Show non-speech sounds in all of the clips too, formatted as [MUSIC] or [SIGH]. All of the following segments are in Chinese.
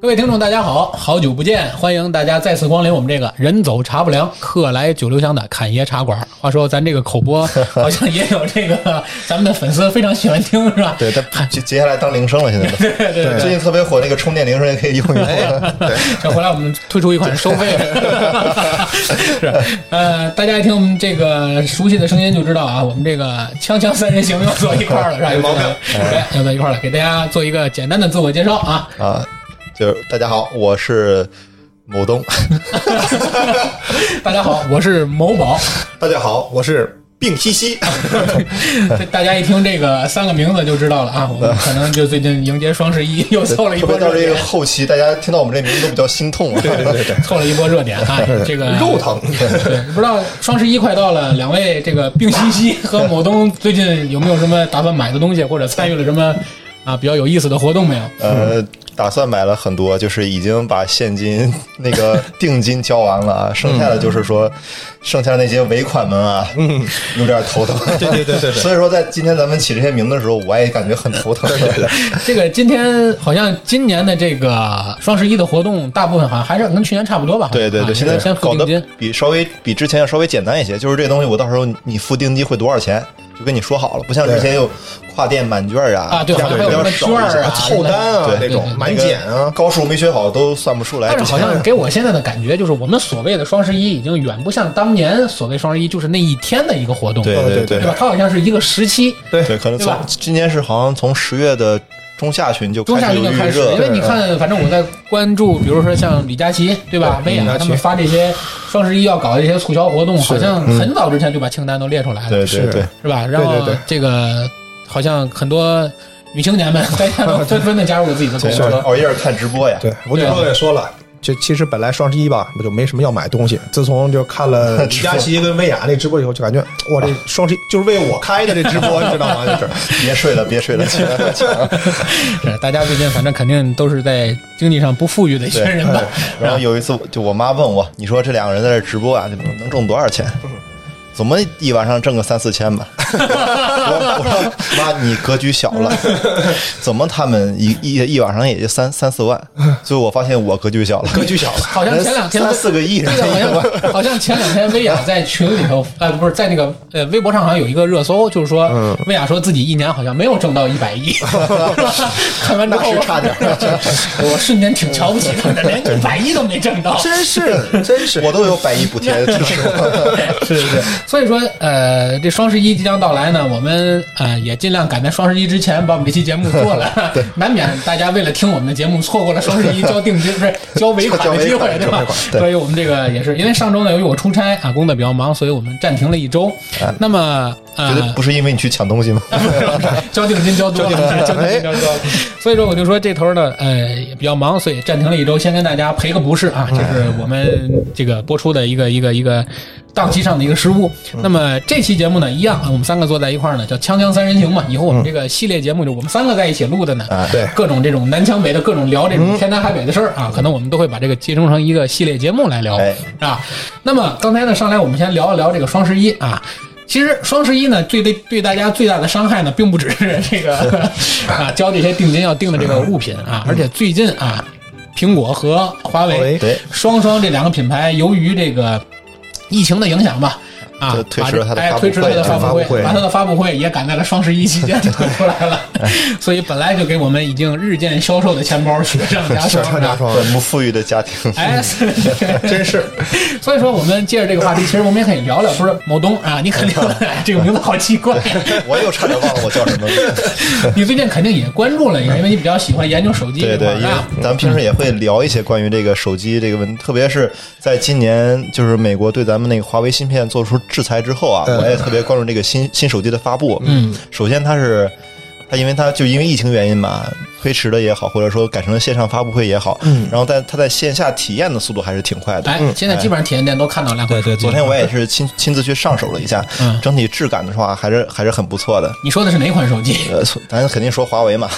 各位听众，大家好，好久不见，欢迎大家再次光临我们这个“人走茶不凉，客来酒留香”的侃爷茶馆。话说，咱这个口播好像也有这个，咱们的粉丝非常喜欢听，是吧？对，他接接下来当铃声了，现在都。 [LAUGHS] 对对哎对，最近特别火那个充电铃声也可以用一用。对，这回来我们推出一款收费的，是呃，大家一听我们这个熟悉的声音就知道啊，我们这个锵锵三人行又坐一块儿了，是吧？没毛病哎，又坐一块儿了，给大家做一个简单的自我介绍啊。啊，就是大家好，我是某东。大家好，我是某宝。 [LAUGHS] 大家好，我是病西西。这 [LAUGHS] 大家一听这个三个名字就知道了啊，我们可能就最近迎接双十一 [LAUGHS] 又凑了一嗯特波别 [LAUGHS] 到热这点个，后期，大家听到我们这名字都比较心痛啊。对对对，凑了一波热点啊，这个 [LAUGHS] 肉 [LAUGHS] 疼。对，不知道双十一快到了，两位这个病西西和某东最近有没有什么打算买的东西，或者参与了什么啊比较有意思的活动没有？呃，打算买了很多，就是已经把现金那个定金交完了啊，剩下的就是说，剩下的那些尾款们啊，有点头疼。对对对对。所以说，在今天咱们起这些名字的时候，我也感觉很头疼。对对这个今天好像今年的这个双十一的活动，大部分好像还是跟去年差不多吧？对对啊对，现就是在先付搞定得金。比稍微比之前要稍微简单一些，就是这东西我到时候你付定金会多少钱，就跟你说好了，不像之前有跨店满券啊，啊对价格还有比较什么少券一些啊凑单啊对那对对种满减啊，高数没学好都算不出来。但是好之像前给我现在的感觉就是，我们所谓的双十一已经远不像当年所谓双十一就是那一天的一个活动，对对对对吧？它好像是一个时期，对，可能对从吧今年是好像从十月的中下旬就中下开始旬有就预开始，热因，为你看，反正我在关注，比如说像李佳琦，对吧？薇娅佳他琦们发这些双十一要搞的一些促销活动，好像很早之前就把清单都列出来了，嗯对对是对，是吧？然后对对这个好像很多女青年们 [LAUGHS] 大家都纷纷的加入了自己的购物对车，熬夜看直播呀，对我女朋友也说了。就其实本来双十一吧，我就没什么要买东西。自从就看了李佳琦跟薇娅那直播以后，就感觉哇，这双十一就是为我开的这直播，你知道吗？就是 [LAUGHS] 别睡了，别 [LAUGHS] 睡了，起来了起来了。是大家最近反正肯定都是在经济上不富裕的一些人吧。 [LAUGHS] 然后有一次我，就我妈问我，你说这两个人在这直播啊，能能挣多少钱？怎么一晚上挣个三四 [LAUGHS] 千吧？我我说妈，你格局小了，怎么他们一一一晚上也就三 [LAUGHS] 三四万？所以我发现我格局小了，格局小了，好像前两天呃三四个亿，对啊的，好像好像前两天 [LAUGHS] 薇娅在群里头，呃，不是在那个呃微博上好像有一个热搜，就是说嗯薇娅说自己一年好像没有挣到一百 [LAUGHS] 亿，看完之那后是差点儿， [LAUGHS] 我瞬间挺瞧不起他的，连 [LAUGHS] 一百亿都没挣到。真是真是，我都有百亿补 [LAUGHS] 贴支持我。是是是，所以说，呃，这双十一即将到来呢，我们呃也尽量赶在双十一之前把我们这期节目做了，难免大家为了听我们的节目错过了双十一交定金不是交尾款的机交会，尾款对吧？对所以我们这个也是因为上周呢，由于我出差啊，工作比较忙，所以我们暂停了一周。那么绝对呃，不是因为你去抢东西吗？ [LAUGHS] [LAUGHS] 交定金交多了，交定哎金交多了，所以说我就说这头呢，呃，也比较忙，所以暂停了一周，先跟大家赔个不是啊，这是我们这个播出的一个一个一个档期上的一个失误。那么这期节目呢，一样啊，我们三个坐在一块儿呢，叫《锵锵三人行》嘛，以后我们这个系列节目就我们三个在一起录的呢，啊对各种这种南腔北的各种聊这嗯种天南海北的事儿啊，可能我们都会把这个集中成一个系列节目来聊，哎是吧？那么刚才呢，上来我们先聊一聊这个双十一啊。其实双十一呢，对对对大家最大的伤害呢，并不只是这 [LAUGHS] 个啊交这些定金要定的这个物品嗯啊，而且最近啊，苹果和华华为为对，双双这两个品牌，由于这个疫情的影响吧，啊就，推迟了把这它的哎发布推迟了它的会发布发布会把它的发布会也赶在了双十一期间推出来了，所以本来就给我们已经日渐消瘦的钱包雪上 [LAUGHS] 加小霜厂啊家。说本不富裕的家庭，哎，是 [LAUGHS] 真是所以说我们接着这个话题，其实我们也可以聊聊，不是某东啊，你肯定哎这个名字好奇怪，我又差点忘了我叫什么。 [LAUGHS] 你最近肯定也关注了，因为你比较喜欢研究手机对这对块，因儿为啊。咱们平时也会聊一些关于这个手机这个问题，特别是在今年就是美国对咱们那个华为芯片做出制裁之后啊，嗯我也特别关注这个新新手机的发布。嗯，首先它是。它因为它就因为疫情原因嘛，推迟了也好，或者说改成了线上发布会也好，嗯，然后但它在线下体验的速度还是挺快的。哎，现在基本上体验店都看到两款。对昨天我也是亲亲自去上手了一下，嗯整体质感的话还是还是很不错的。你说的是哪款手机？呃，咱肯定说华为嘛，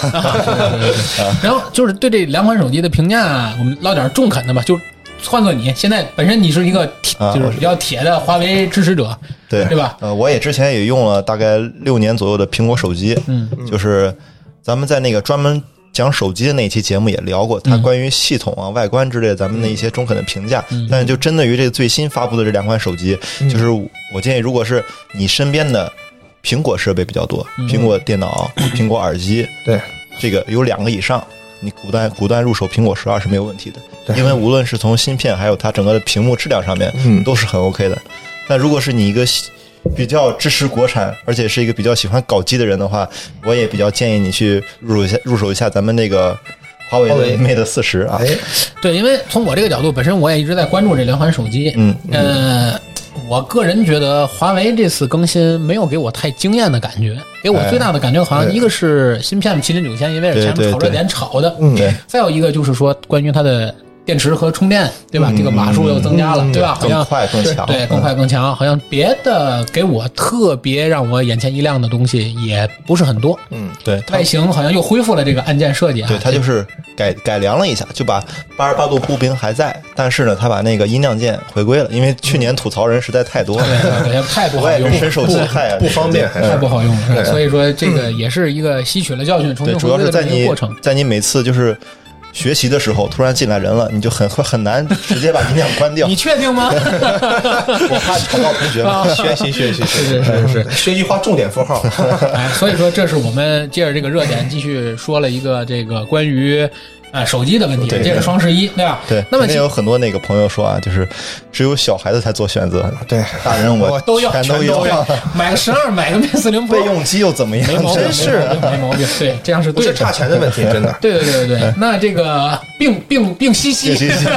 然后就是对这两款手机的评价啊，我们唠点中肯的吧。就换做你现在本身你是一个铁，啊就是比较铁的华为支持者，对对吧？呃，我也之前也用了大概六年左右的苹果手机，嗯，就是咱们在那个专门讲手机的那期节目也聊过，它关于系统啊、外观之类的，咱们的一些中肯的评价。但是就针对于这个最新发布的这两款手机，就是我建议，如果是你身边的苹果设备比较多，苹果电脑、苹果耳机，对，这个有两个以上，你骨断骨断入手苹果十二是没有问题的，对因为无论是从芯片还有它整个的屏幕质量上面，嗯都是很 OK 的。但如果是你一个喜比较支持国产，而且是一个比较喜欢搞基的人的话，我也比较建议你去入手一下入手一下咱们那个华华为的为 Mate 四十啊，哎，对，因为从我这个角度，本身我也一直在关注这两款手机。嗯，呃，我个人觉得华为这次更新没有给我太惊艳的感觉，给我最大的感觉好像一个是芯片麒麟九千，因为是前面哎对对炒热对点炒的，嗯对，再有一个就是说关于它的电池和充电，对嗯吧？这个瓦数又增加嗯了，对吧？好更像快更强，对更快更强，好像别的给我特别让我眼前一亮的东西也不是很多。嗯，对，它外形好像又恢复了这个按键设计啊，对，它就是改改良了一下，就把八十八度步兵还在，但是呢，它把那个音量键回归了，因为去年吐槽人实在太多了，对，对太不我好也用是了深。受其害啊，不方便这个还太是不好用了，是吧所以说这个也是一个吸取了教训，重啊对，新主回要归是的在这么一你个过程。在你每次就是学习的时候，突然进来人了，你就很会很难直接把音量关掉 [LAUGHS] 你，确定 [LAUGHS] 吗？我怕吵到同学们。学习学习，是是是学习画重点符号， [LAUGHS] 哎，所以说这是我们借着这个热点继续说了一个这个关于呃手机的问题，对这是双十一，对吧？ [LAUGHS] 对，那么今天有很多那个朋友说啊，就是只有小孩子才做选择，对，大人我我都要，全都全要，要，买个十二，买个 Mate 四零 Pro，备用机又怎么样？没毛病，真是没毛病没毛病，对，这样是不对是的。差钱的问题，真的。对对对对对，那这个病病病西西，谢 [LAUGHS] 谢谢谢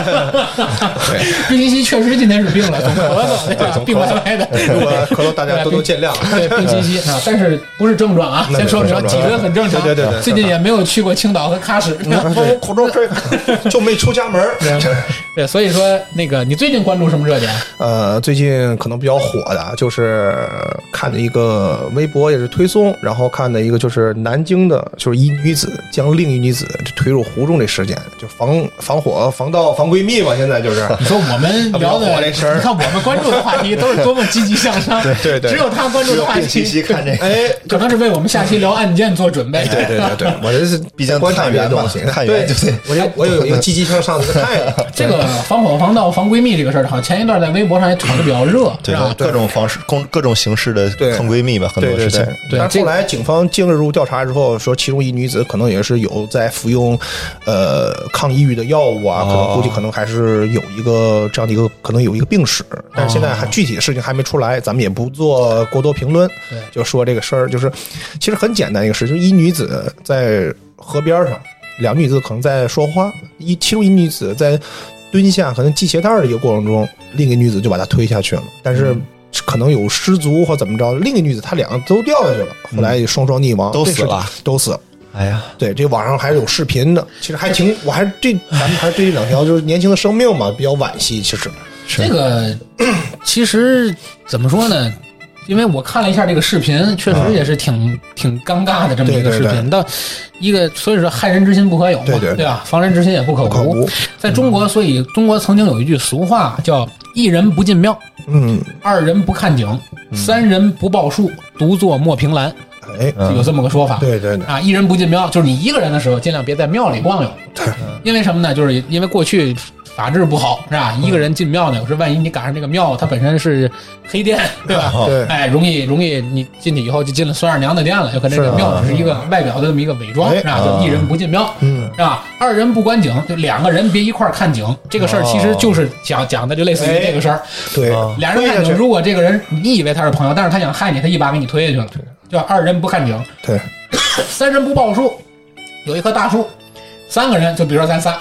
病西西确实今天是病了，总咳嗽，对吧？ [LAUGHS] 病歪歪的，如果可能，大家多多见谅。 [LAUGHS] 对，病七七啊，但是不是症状啊？那先就说明，不是症脊状椎很正常。对对对对嗯最近也没有去过青岛和喀什。我口罩吹，就没出家门儿。 [LAUGHS] 对，所以说那个你最近关注什么热点？呃，最近可能比较火的啊就是看的一个微博，也是推送，然后看的一个就是南京的，就是一女子将另一女子推入湖中这事件，就防防火、防盗、防闺蜜嘛，现在 [LAUGHS] 就是。你说我们聊他们聊的，火你这事儿看我们关注的话题都是多么积极向上，对对对只有他关注的只有话病七题，夕看 [LAUGHS] 这个。哎，可能是为我们下期聊案件做准备。对对对对，我这是毕竟观察探员别的嘛东西，探员 [LAUGHS] 对就得我有我有一个积极向上的一个态 [LAUGHS] 度。这个防火、防盗、防闺蜜这个事儿，好像前一段在微博上也炒得比较热，是对吧？各种方式、各各种形式的对坑闺蜜吧，很对多对事情对。，对但是这后个来警方介入调查之后，说其中一女子可能也是有在服用，呃，抗抑郁的药物啊，可能估计可能还是有一个这样的一个可能有一个病史，但是现在还具体的事情还没出来，咱们也不做过多评论对，就说这个事儿，就是其实很简单一个事，就是一女子在河边上，两女子可能在说话，一其中一女子在蹲下可能系鞋带儿的一个过程中，另一个女子就把她推下去了，但是。嗯可能有失足或怎么着，另一个女子她两个都掉下去了，后来也双双溺亡，嗯都这死是了，都死了。哎呀，对，这网上还是有视频的，其实还 [LAUGHS] 挺，我还是对咱们还是对这两条就是年轻的生命嘛比较惋惜。其实，这 [CLEARS THROAT] 个其实怎么说呢？因为我看了一下这个视频，确实也是挺、挺尴尬的这么一个视嗯对对频。到一个，所以说害人之心不可有嘛，对对对吧？防人之心也不可可无。无嗯在中国，所以中国曾经有一句俗话叫“一人不进庙，嗯，二人不看景，三人不报树，独坐莫凭栏”，哎，嗯有这么个说法。对对对，啊，一人不进庙，就是你一个人的时候，尽量别在庙里逛悠。因为什么呢？就是因为过去法制不好，是嗯吧？一个人进庙呢，有时万一你赶上这个庙，它本身是黑店，对吧？哦对哎，容易容易，你进去以后就进了孙二娘的店了，有可能这是个啊庙只是一个外表的这么一个伪装，哎是吧？就一人不进庙，嗯，是吧？二人不观景，就两个人别一块儿看景。这个事儿其实就是讲讲的就类似于这个事儿，对，啊俩人哦哎推看下景，去，如果这个人你以为他是朋友，但是他想害你，他一把给你推下去了，叫二人不看景。对，三人不报数，有一棵大树，三个人，就比如说咱仨，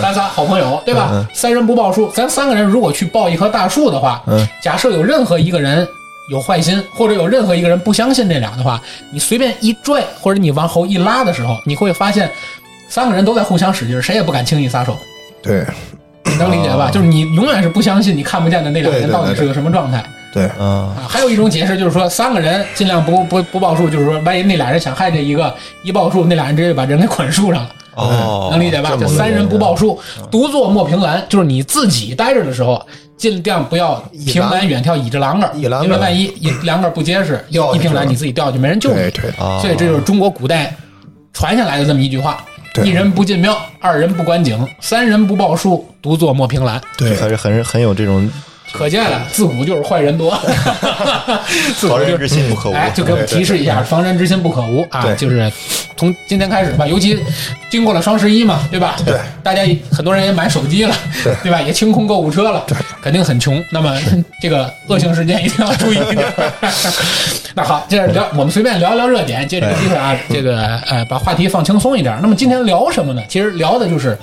[LAUGHS] 咱仨好朋友，对吧？三人不报数，咱三个人如果去报一棵大树的话，嗯假设有任何一个人有坏心，或者有任何一个人不相信这俩的话，你随便一拽，或者你往后一拉的时候，你会发现三个人都在互相使劲，谁也不敢轻易撒手。对，你能理解吧？哦就是你永远是不相信你看不见的那两个人对对到底对是个什么状态。对，啊，啊，还有一种解释就是说，三个人尽量不不不报数，就是说，万一那俩人想害这一个，一报数，那俩人直接就把人给捆树上了，哦，嗯能理解吧？这就么三人不个报数，独坐莫凭栏，就是你自己待着的时候，尽量不要倚凭栏栏远眺，倚着栏杆儿，倚栏因为杆儿万一一栏杆儿不结实，掉一下去凭栏了你自己掉下去没人救你对，对，啊，所以这就是中国古代传下来的这么一句话：对一人不进庙，二人不观景，三人不报数，独坐莫凭栏。对还是很很有这种可见了，自古就是坏人多， [LAUGHS] 自古就防人是之心不可无。哎，就给我们提示一下，防人之心不可无啊！对就是从今天开始吧，尤其经过了双十一嘛，对吧？对，大家很多人也买手机了，对吧？也清空购物车了，肯定很穷。那么这个恶性事件一定要注意一 [LAUGHS] 点。那好，接着聊，我们随便聊聊热点，借这个机会啊，这个呃，把话题放轻松一点。那么今天聊什么呢？其实聊的就是。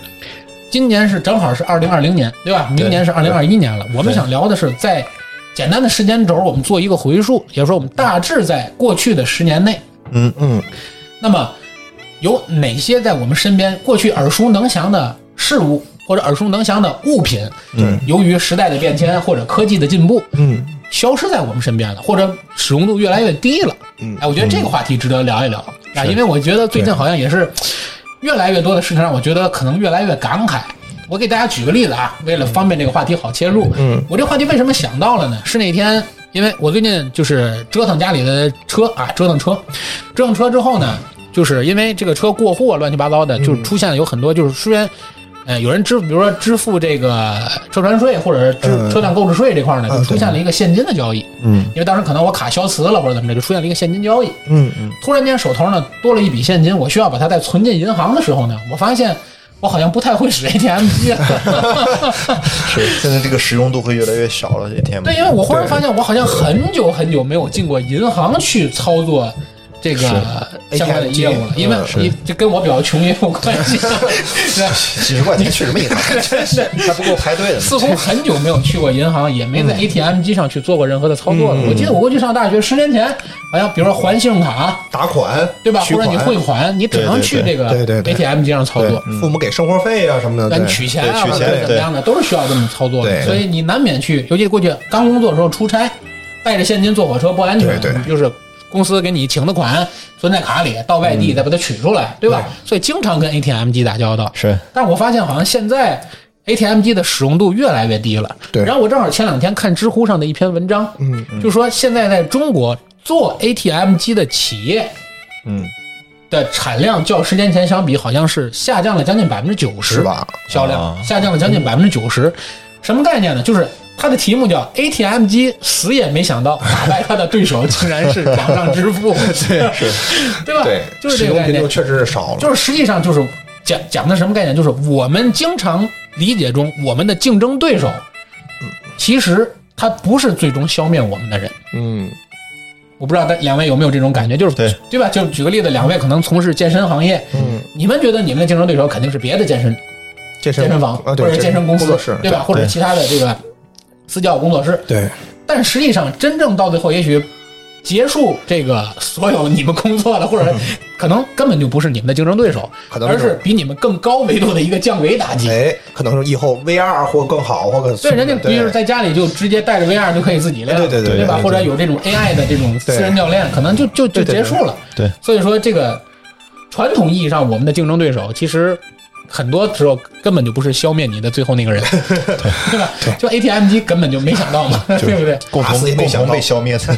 今年是正好是二零二零年，对吧？明年是二零二一年了。我们想聊的是，在简单的时间轴，我们做一个回溯，也就是说我们大致在过去的十年内，嗯嗯，那么有哪些在我们身边过去耳熟能详的事物或者耳熟能详的物品，嗯，由于时代的变迁或者科技的进步，嗯，消失在我们身边了，或者使用度越来越低了。嗯哎，我觉得这个话题值得聊一聊啊，因为我觉得最近好像也是越来越多的事情让我觉得可能越来越感慨。我给大家举个例子啊，为了方便这个话题好切入，嗯，我这话题为什么想到了呢？是那天，因为我最近就是折腾家里的车啊，折腾车，折腾车之后呢，就是因为这个车过户啊，乱七八糟嗯的，就出现了有很多就是虽然。呃，有人支，比如说支付这个车船税或者是支嗯车辆购置税这块呢，就嗯出现了一个现金的交易。嗯，因为当时可能我卡消磁了或者怎么着，就出现了一个现金交易。嗯突然间手头呢多了一笔现金，我需要把它再存进银行的时候呢，我发现我好像不太会使 ATM [LAUGHS] 机了。是现在这个使用度会越来越小了，ATM。对，因为我忽然发现我好像很久很久没有进过银行去操作。这个相关的业务嗯了，因为是你这跟我比较穷也有关 [LAUGHS] 系，对几十块钱去什么银行？真是还不够排队的呢。似乎很久没有去过银行，也嗯没在 ATM 机上去做过任何的操作了。我记得我过去上大学十年前，好像比如说还信用卡，打款对吧？取或者款你汇款，你只能去这个对对对对 ATM 机上操对作，父母给生活费啊什么的，那你对取钱啊对取或钱者怎么样的，都是需要这么操作的。对所以你难免去，尤其过去刚工作的时候出差，带着现金坐火车不安全，嗯对对就是。公司给你请的款存在卡里，到外地再把它取出来，对吧？所以经常跟 ATM 机打交道。是，但我发现好像现在 ATM 机的使用度越来越低了。对然后我正好前两天看知乎上的一篇文章，嗯，就说现在在中国做 ATM 机的企业嗯，的产量较十年前相比，好像是下降了将近百分之九十是？吧？销量、啊下降了将近百分之九十，什么概念呢？就是它的题目叫 ATM 机，死也没想到打败它的对手竟然是网上支 [LAUGHS] 付，对是， [LAUGHS] 对吧？对，就是使这个用概频念度，确实是少了，就是实际上就是讲讲的什么概念？就是我们经常理解中，我们的竞争对手，其实他不是最终消灭我们的人。嗯我不知道大两位有没有这种感觉，就是对吧？就举个例子，两位可能从事健身行业，嗯，你们觉得你们的竞争对手肯定是别的健身健身健身房啊，或对，者健身公司工作室，对吧？或者对其他的这个私教工作室，对，但实际上真正到最后，也许结束这个所有你们工作的，或者可能根本就不是你们的竞争对手，嗯可能而是是比你们更高维度的一个降维打击。哎，可能是以后 VR 或更好，或者所以人家不就是在家里就直接带着 VR 就可以自己练，对对对对对吧？对对或者有这种 AI 的这种私人教练，可能就就就对对结对束了。对所以说这个传统意义上我们的竞争对手，其实很多时候根本就不是消灭你的最后那个 [LAUGHS] 人，对吧？就 ATM 机根本就没想到嘛，对不对？共打同死也没共想同到被 [LAUGHS] 消灭的。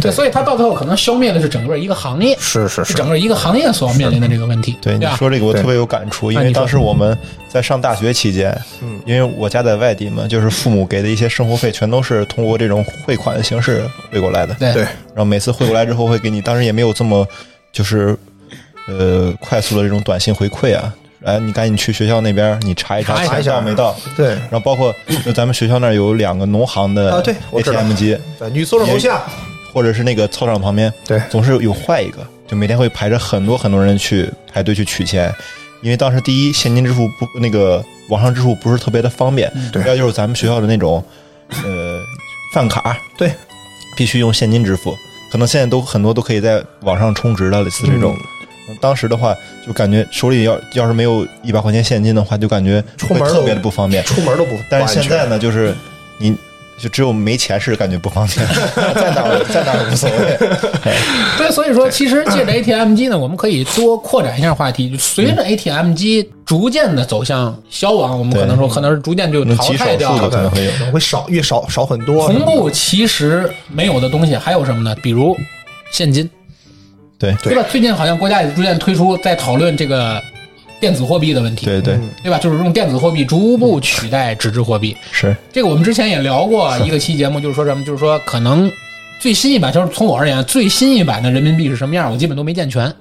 对，所以它到最后可能消灭的是整个一个行业，是是是是，整个一个行业所面临的这个问题，对你吧？说这个，我对特别有感触，因啊你为说当时我们在上大学期间，嗯因为我家在外地嘛，就是父母给的一些生活费，全都是通过这种汇款的形式汇过来的。对对然后每次汇过来之后，会给你，当时也没有这么就是呃快速的这种短信回馈啊，哎，你赶紧去学校那边你查一查，查一下钱到没到。对，然后包 [CLEARS THROAT] 括就咱们学校那儿有两个农行的啊对我知道 ATM 机，在女宿舍楼下，或者是那个操场旁边，对总是有坏一个，就每天会排着很多很多人去排队去取钱，因为当时第一现金支付不那个网上支付不是特别的方便，嗯对第二就是咱们学校的那种呃饭卡，对，必须用现金支付，可能现在都很多都可以在网上充值了，类似这种。嗯嗯当时的话，就感觉手里要要是没有一百块钱现金的话，就感觉出门会都特别的不方便。出门都不，但是现在呢，呢，就是你就只有没钱是感觉不方便，在哪儿在哪儿无所谓。对，所以说其实借着 ATM 机呢，我们可以多扩展一下话题。就随嗯着 ATM 机逐渐的走向消亡，我们对可能说可能是逐渐就能淘极汰少掉了。数的可能会有可能会少，越少少很多，同步其实没有的东西还有什么呢？比如现金，对对吧？最近好像国家也逐渐推出，在讨论这个电子货币的问题，对对对吧？就是用电子货币逐步取代纸质货币。是，这个我们之前也聊过一个期节目，就是说什么，就是说可能最新一版，就是从我而言，最新一版的人民币是什么样，我基本都没见全。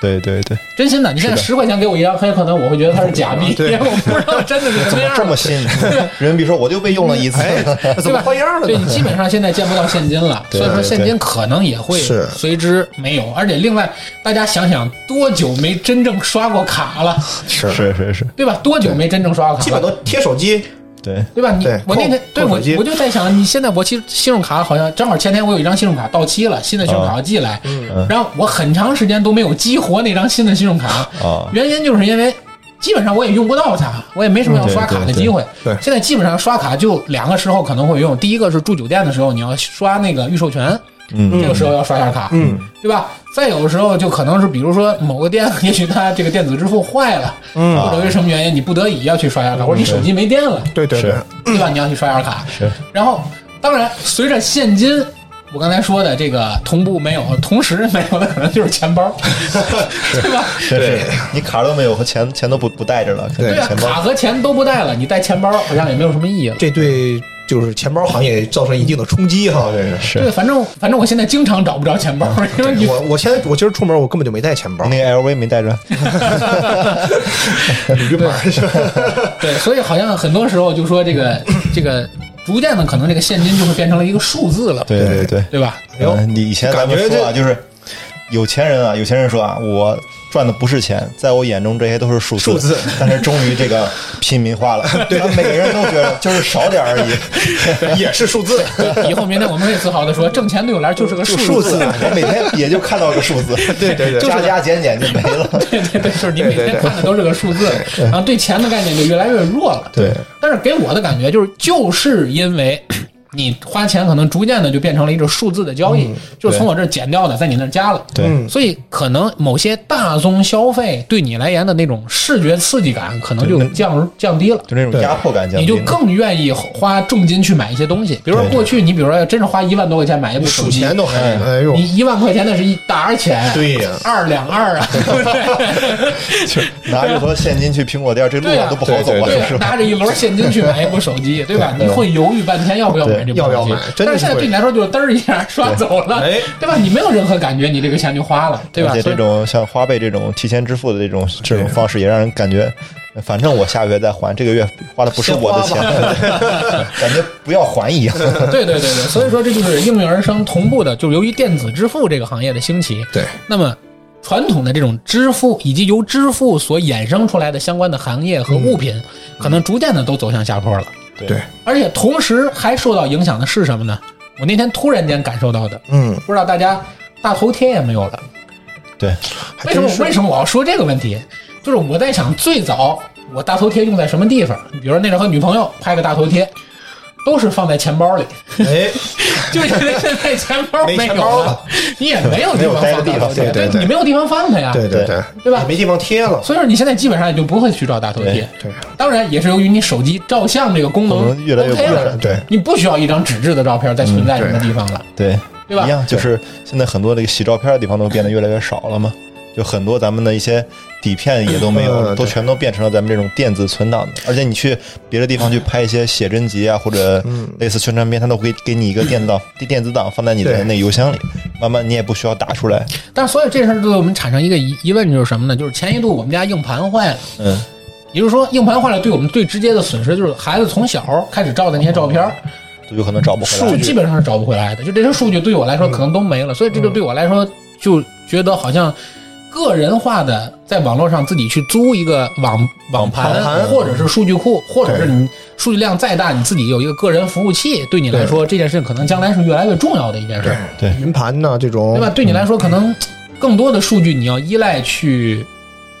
对对对，真心的，你现在十块钱给我一张，很有可能我会觉得它是假 [LAUGHS] 币，因为我不知道真的是什么样。这么新， [LAUGHS] 人民币说我就被用了一次，哎，怎么换样了对你呢？基本上现在见不到现金了，对所以说现金可能也会是随之没有。而且另外，大家想想，多久没真正刷过卡了，[LAUGHS] 是是是是，对吧？多久没真正刷过卡基本了？都贴手机，对对吧？你对我那天扣对扣我手机我就在想，你现在我信信用卡好像正好前天我有一张信用卡到期了，新的信用卡要寄来，嗯然后我很长时间都没有激活那张新的信用卡，哦啊，原因就是因为基本上我也用不到它，我也没什么要刷卡的机会。嗯对对对现在基本上刷卡就两个时候可能会用，第一个是住酒店的时候，你要刷那个预授权，嗯这个时候要刷一下卡，嗯，对吧？再有的时候就可能是比如说某个店，也许它这个电子支付坏了，嗯或者因为什么原因，你不得已要去刷一下卡，或者你手机没电了，对对对，对吧？你要去刷一下卡。是，然后，当然，随着现金，我刚才说的这个同步没有，同时没有的可能就是钱包，对吧？真是你卡都没有和钱钱都不不带着了，肯对定啊，钱卡包和钱都不带了，你带钱包好像也没有什么意义了。这对就是钱包行业造成一定的冲击哈，这是。对，是反正反正我现在经常找不着钱包， [LAUGHS] 因为你我我现在我今儿出门我根本就没带钱包，那个 LV 没带着，驴牌是吧？对，所以好像很多时候就说这个这个逐渐的，可能这个现金就会变成了一个数字了，对对对，对吧？哎呦嗯你以前咱们感觉说啊，就是有钱人啊，有钱人说啊，我赚的不是钱，在我眼中这些都是数字。数字但是终于这个平民化 [LAUGHS] 了，对，每个人都觉得就是少点而已，也是数字，以后明天我们可以自豪的说，挣钱对我来说就是个就数 [LAUGHS] 数字字。我每天也就看到个数字， [LAUGHS] 对对对加加减减就没 [LAUGHS] 了。对对对，就是你每对对天对看的都是个数字，然后对钱的概念就越来越弱了。对，但是给我的感觉就是，就是因为 [CLEARS THROAT] 你花钱可能逐渐的就变成了一种数字的交易，就是从我这儿减掉的，在你那儿加了。嗯对所以可能某些大宗消费对你来言的那种视觉刺激感，可能就对那降降低了。就那种压迫感降你低就了，更愿意花重金去买一些东西，比如说对对过去你比如说要真是花一万多块钱买一部手数机，钱都还哎呦，你一万块钱那是一沓儿钱，对呀二两二啊，对不对？拿着和现金去苹果店，这路对呀上都不好走啊，对是呀不是？拿着一摞现金去买一部手机，对吧？你会犹豫半天要不要买这部手机？嗯要不要买真但的是是现在会对你来说就是嘚儿一下刷走了，哎对吧？你没有任何感觉，你这个钱就花了，对吧而？且所以这种像花呗这种提前支付的这种这种对方式，也让人感觉，反正我下个月再还，这个月花的不是我的钱，先 [LAUGHS] 感觉不要还一样。对对对对，所以说这就是应运而生，同步的，就是由于电子支付这个行业的兴起，对，那么传统的这种支付以及由支付所衍生出来的相关的行业和嗯物品，可能逐渐的都走向下坡了。对，而且同时还受到影响的是什么呢？我那天突然间感受到的，嗯，不知道大家大头贴也没有了。对，为什么还真是哎为什么我要说这个问题？就是我在想，最早我大头贴用在什么地方？比如说那时候和女朋友拍个大头贴，都是放在钱包 [LAUGHS] 里。 [LAUGHS] 哎，就因为现在钱包没有钱包了，你也没有地方放大头没有待的地贴，方对对对你没有地方放它呀，对对对，对吧也没地方贴了，所以说你现在基本上也就不会去找大头贴对。对，当然也是由于你手机照相这个功可能能越来越 OK 不了，是对你不需要一张纸质的照片再存在什么地方嗯了。对对吧一样就是现在很多这个洗照片的地方都变得越来越少了嘛，就很多咱们的一些底片也都没有了，嗯都对全都变成了咱们这种电子存档的。而且你去别的地方去拍一些写真集啊，或者嗯类似宣传片，它都会给你一个电子档，电子档放在你的对那个邮箱里，慢慢你也不需要打出来。但是所以这事儿对我们产生一个疑疑问就是什么呢？就是前一度我们家硬盘坏了。嗯，也就是说，硬盘坏了对我们最直接的损失就是孩子从小开始照的那些照片，就有可能找不回来就了。基本上是找不回来的。就这些数据对我来说可能都没了，所以这就对我来说就觉得好像个人化的，在网络上自己去租一个网网网盘，盘或者是数据库，或者是你数据量再大，你自己有一个个人服务器，对你来说这件事可能将来是越来越重要的一件事儿，对云盘呐这种对吧？？对你来说，可能更多的数据你要依赖去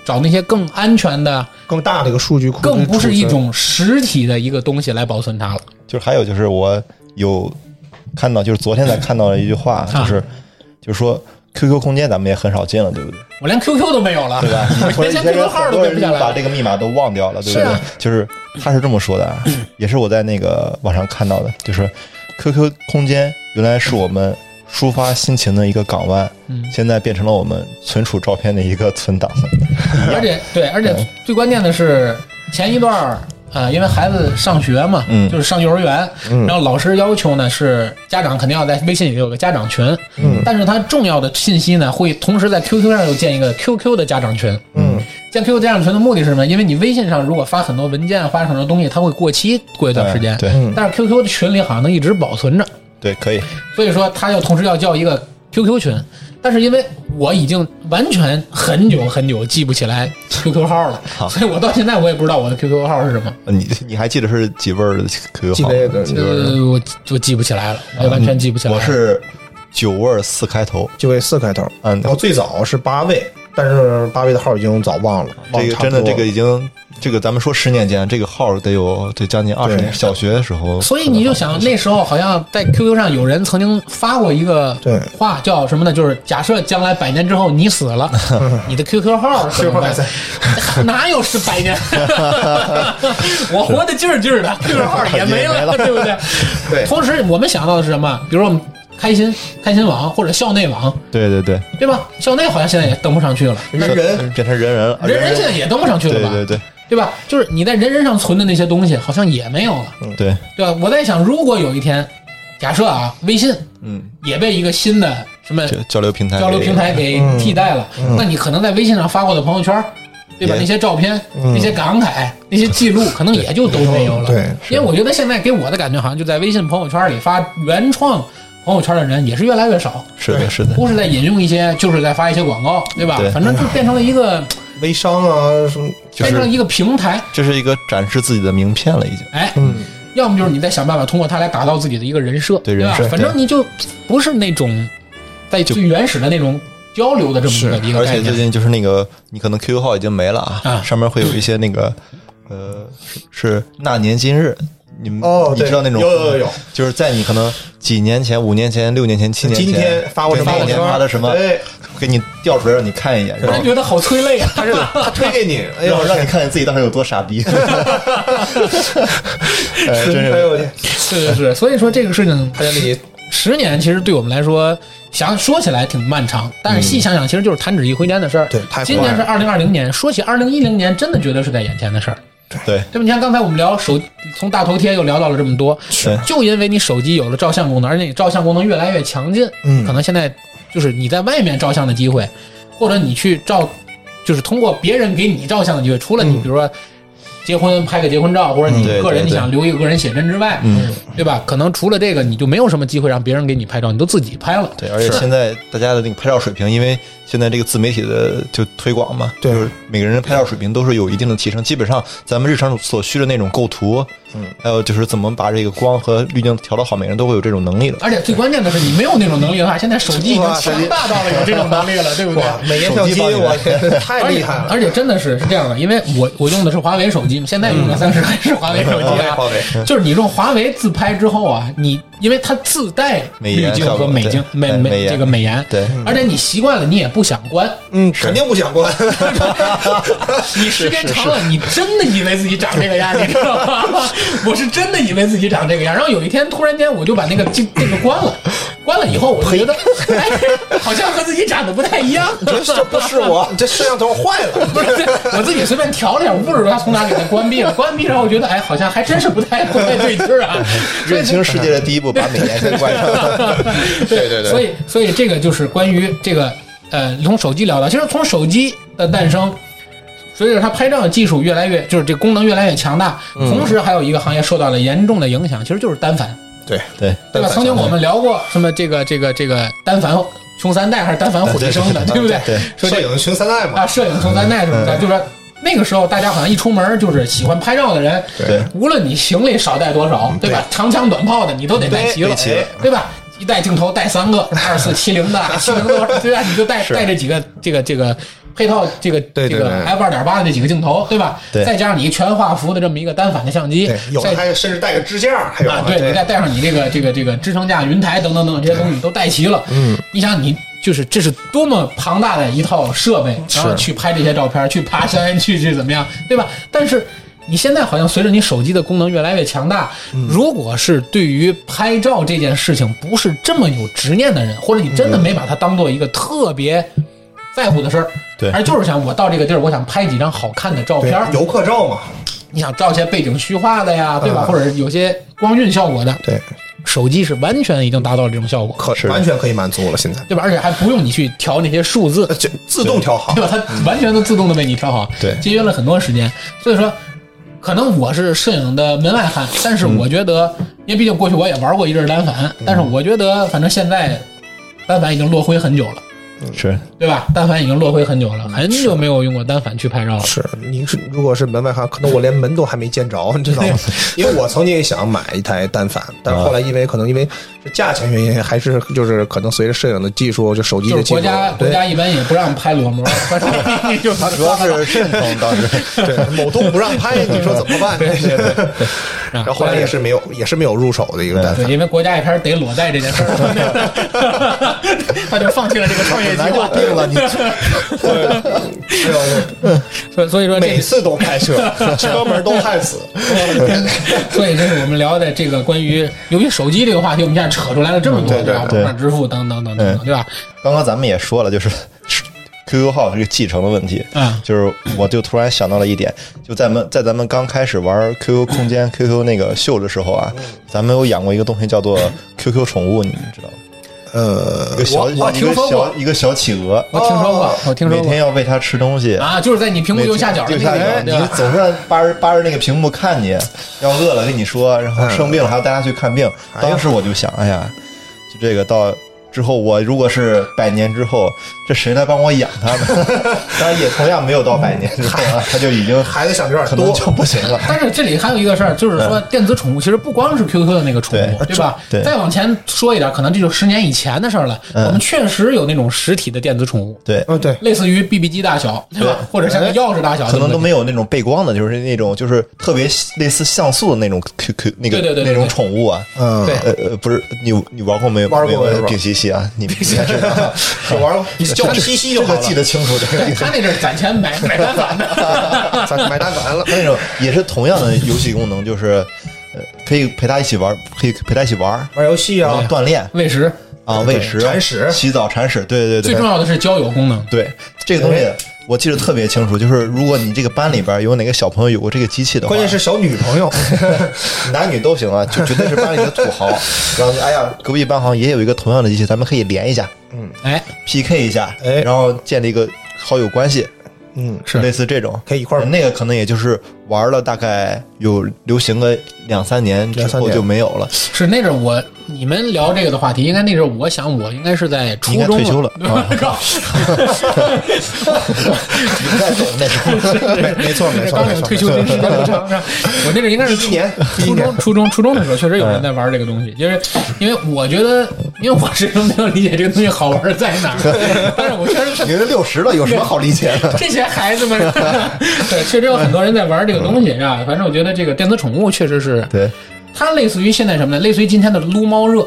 找那些更安全的、更大的一个数据库，更不是一种实体的一个东西来保存它了。就是还有就是我有看到，就是昨天才看到了一句话，啊就是就是说 QQ 空间咱们也很少见了，对不对？我连 QQ 都没有了，对 [LAUGHS] 吧？你说啊连以前前 QQ 人号很都多背不人下就来把了。这个密码都忘掉了，对不是对啊？就是他是这么说 [LAUGHS] 的啊，也是我在那个网上看到的，就是 QQ 空间原来是我们抒发心情的一个港湾，嗯现在变成了我们存储照片的一个存档。而且对，而且最关键的是前一段儿。啊、因为孩子上学嘛，嗯就是上幼儿园，嗯然后老师要求呢是家长肯定要在微信里有个家长群，嗯但是他重要的信息呢会同时在 QQ 上又建一个 QQ 的家长群，嗯建 QQ 家长群的目的是什么？因为你微信上如果发很多文件、发很多东西，它会过期，过一段时间，对对嗯但是 QQ 的群里好像能一直保存着，对，可以，所以说他又同时要叫一个 QQ 群，但是因为我已经完全很久很久记不起来 QQ 号了，所以我到现在我也不知道我的 QQ 号是什么，呃你你还记得是几位儿的 QQ 记号吗？得的几位儿的？呃，我就记不起来了，我也完全记不起来了。我是九位儿四开头，就为四开头，嗯哦然后最早是八位，但是八位的号已经早忘了，忘这个差不真多的这个已经这个咱们说十年间，这个号得有得将近二十对年，小学的时候。所以你就想，那时候好像在 QQ 上有人曾经发过一个对话，叫什么呢？就是假设将来百年之后你死 [LAUGHS] 了，你的 QQ 号是怎么办还在？ [LAUGHS] 哪有是百 [LAUGHS] 年？我活得劲儿劲儿的，QQ 号也没也没了，了对不对？对同时，我们想到的是什么？比如说我们开心开心网或者校内网，对对对，对吧？校内好像现在也登不上去了，人人变成啊人人了，人人现在也登不上去对了吧？对对对吧？就是你在人人上存的那些东西，好像也没有了。对，对吧？我在想，如果有一天，假设啊，微信嗯，也被一个新的什么这交流平台交流平台给嗯替代了，那你可能在微信上发过的朋友圈，对吧？也那些照片、那些感慨、那些记录，可能也就都没有了。对，因为我觉得现在给我的感觉，好像就在微信朋友圈里发原创朋友圈的人也是越来越少，是的是的，都是在引用一些，就是在发一些广告，对吧？对反正就变成了一个，微商啊什么，就变成了是一个平台。这是一个展示自己的名片了，已经。哎，嗯，要么就是你在想办法通过它来打造自己的一个人设，对吧人设反正对你就不是那种在就最原始的那种交流的这么一个一个而概且最念。近就是那个，你可能 QQ 号已经没了啊，啊上面会有一些那个，呃，是是那年今日，你们哦，你对知道那种有有有有，就是在你可能几年前、五年前、六年前、七年前，今天发过什么哎对朋友某圈天发的什么，对，给你调出来让你看一眼，突然然后觉得好催 [LAUGHS] 泪啊！他是 [LAUGHS] 他推给你，哎呦让我让你天，看看自己当时有多傻逼。 [LAUGHS] 哎，真哎呦我是，天，是是是，所以说这个事情，他这里十年其实对我们来说，想说起来挺漫长，但是细嗯想想，其实就是弹指一挥间的事儿。对太快了今年是二零二零年，说起二零一零年，真的觉得是在眼前的事儿。对对吧？你看刚才我们聊手，从大头贴又聊到了这么多，是就因为你手机有了照相功能，而且你照相功能越来越强劲，嗯可能现在就是你在外面照相的机会，或者你去照，就是通过别人给你照相的机会，除了你比如说结婚拍个结婚照，或者你嗯对个人对你想留一个个人写真之外，嗯，对吧？可能除了这个，你就没有什么机会让别人给你拍照，你都自己拍了。对，而且现在大家的那个拍照水平，因为现在这个自媒体的就推广嘛，对就是每个人的拍照水平都是有一定的提升。基本上咱们日常所需的那种构图，嗯，还有就是怎么把这个光和滤镜调得好，每个人都会有这种能力的。而且最关键的是，你没有那种能力的话，现在手机已经强大到了有这种能力了，对不对？哇，美颜相机，手机帮你我天， [LAUGHS] 太而且厉害了，而且真的是是这样的，因为我我用的是华为手机嘛，现在用的三十还是华为手机啊。华为就是你用华为自拍之后啊，你因为它自带美滤颜镜效和果美镜对美哎美美颜这个美颜，对，而且你习惯了，你也不想关。嗯，肯定不想关，你时间长了，你真的以为自己长这个样，你知道吗？ [LAUGHS] 我是真的以为自己长这个样，然后有一天突然间我就把那个镜那个关了，关了以后我就觉得，哎，好像和自己长得不太一样。这不是我， [LAUGHS] 这摄像头坏了，不是，我自己随便调了一下，我不知道它从哪给它关闭了。关闭之后，我觉得哎，好像还真是不太不太对劲儿啊。 [LAUGHS] 认清世界的第一步，把美颜先关上。 [LAUGHS] 对对所以，所以这个就是关于这个呃，从手机聊到，其实从手机的诞生，随着它拍照的技术越来越，就是这功能越来越强大，嗯同时还有一个行业受到了严重的影响，其实就是单反， [LAUGHS] 对，对，对吧？单反曾经我们聊过什么这个这个这个单反穷三代还是单反毁一生的，对不对？对说这摄影群三代嘛啊，，摄影从咱那什么的，就是说那个时候大家好像一出门就是喜欢拍照的人，对无论你行李少带多少，对吧？长枪短炮的你都得带齐了对齐了，对吧？一带镜头带三个，二四七零的，七零多，对吧？你就带带这几个这个这个配套这个对这对个对 f 二点八的这几个镜头，对吧？对再加上你一全画幅的这么一个单反的相机对，，有再的还甚至带个支架，还有啊，对你再带上你这个这个这个支撑架、云台等等等等这些东西都带齐了，嗯，你想你就是这是多么庞大的一套设备，然后去拍这些照片，去爬山，去去怎么样，对吧？但是你现在好像随着你手机的功能越来越强大，如果是对于拍照这件事情不是这么有执念的人，或者你真的没把它当做一个特别在乎的事儿，对而就是想我到这个地儿，我想拍几张好看的照对片儿，游客照嘛，你想照些背景虚化的呀，对吧？嗯或者有些光晕效果的，对，手机是完全已经达到了这种效果，可是完全可以满足了。现在对吧？而且还不用你去调那些数字呃，这自动调好对，吧？它完全都自动的为你调好，对节约了很多时间。所以说，可能我是摄影的门外汉，但是我觉得，因为毕竟过去我也玩过一阵单反，嗯但是我觉得反正现在单反已经落灰很久了，是对吧？单反已经落灰很久了，很久没有用过单反去拍照了。嗯是，您是如果是门外汉，可能我连门都还没见着，你知道吗？ [LAUGHS] 因为我曾经也想买一台单反，但是后来因为可能因为是价钱原因，还是就是可能随着摄影的技术，就手机就的是技国术，家国对家一般也不让拍裸 [LAUGHS] 模， [LAUGHS] 就他主要是顺丰当时对某东不让 [LAUGHS] 拍，你说怎么办？对对对， [LAUGHS] 然 [LAUGHS] 然后后来也是没有，也是没有入手的一个单反对，。因为国家一开始逮裸贷这件事儿， [LAUGHS] 他就放弃了这个创业计难划有。病了你，所以所以说这每次都开 [LAUGHS] 车，车门都焊死。所以这是我们聊的这个关于由于手机这个话题，我们现在扯出来了这么多，对对吧？嗯对网上支付等等等等等，对吧？刚刚咱们也说了，就是 [LAUGHS] QQ 号这个继承的问题。嗯就是我就突然想到了一点，就在们在咱们刚开始玩 QQ 空间、QQ 那个秀的时候啊，咱们有养过一个东西叫做 QQ 宠物，你们知道吗？呃一个，小我我一听个说过小，一个小企鹅，我听说过哦，我听说每过天要喂它吃东西。啊，就是在你屏幕每右天下角的右那下角，个，对你吧？总是扒着扒着那个屏幕看你，要饿了跟你说，然后生病了还要带它去看病。嗯哎呀当时我就想，哎呀，就这个到之后，我如果是百年之后，这谁来帮我养它呢？ [LAUGHS] 当然也同样没有到百年之后啊，它就已经孩子想的有可点能多，就不行 [LAUGHS] 了。但是这里还有一个事儿，就是说电子宠物其实不光是 QQ 的那个宠物，嗯对对吧？对再往前说一点，可能这就十年以前的事儿了。嗯我们确实有那种实体的电子宠物，对，哎嗯，对，类似于 BB 机大小，对吧？或者像个钥匙大小，可对能都不对没有那种背光的，就是那种就是特别类似像素的那种 QQ 那个对对对对那种对宠物啊。嗯，对呃呃，不是你你玩过没有？玩过没有玩过丙烯烯啊，你们应该知道。 [LAUGHS] 我玩过，你叫我西西就这好个了。记得清楚这个。他那阵儿攒钱买买单反的， [LAUGHS] 咱买单反了。它那种也是同样的游戏功能，就是呃，可以陪它一起玩，可以陪它一起玩， [LAUGHS] 玩游戏然后啊，锻炼喂食。啊，对喂食、铲屎洗澡、铲屎，对对 [LAUGHS] 最重对，要的是交友功能，对这个东西哎。我记得特别清楚，就是如果你这个班里边有哪个小朋友有过这个机器的话，关键是小女 [LAUGHS] 朋友，男女都行啊，就绝对是班里的土豪。然后就哎呀， [LAUGHS] 隔壁班好像也有一个同样的机器，咱们可以连一下哎， PK 一下，哎然后建立一个好友关系，嗯，类似这种。可以一块儿那个可能也就是玩了大概有流行个两三年之两三后年就没有了。是那阵儿我你们聊这个的话题，应该那阵儿我想我应该是在初你应该中退休 [LAUGHS] 了对吧刚你不太懂那种，没没错那刚有退休金时 [LAUGHS] 间不长，是吧我那阵儿应该是一年初中初中初中的时候，确实有人哎在玩这个东西，就是因为我觉得，因为我始终没有理解这个东西好玩在哪儿，但是我确实你这六十了，有什么好理解 [LAUGHS] 的？这些孩子们，对，确实有很多人在玩这个东西啊。反正我觉得这个电子宠物确实是，对，它类似于现在什么呢？类似于今天的撸猫热，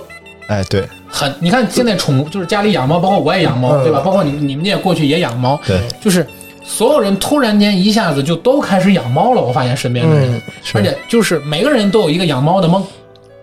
哎对，很，你看现在宠物就是家里养猫，包括我也养猫，嗯对吧？包括你你们也过去也养猫，对，就是所有人突然间一下子就都开始养猫了。我发现身边的人，嗯是而且就是每个人都有一个养猫的梦，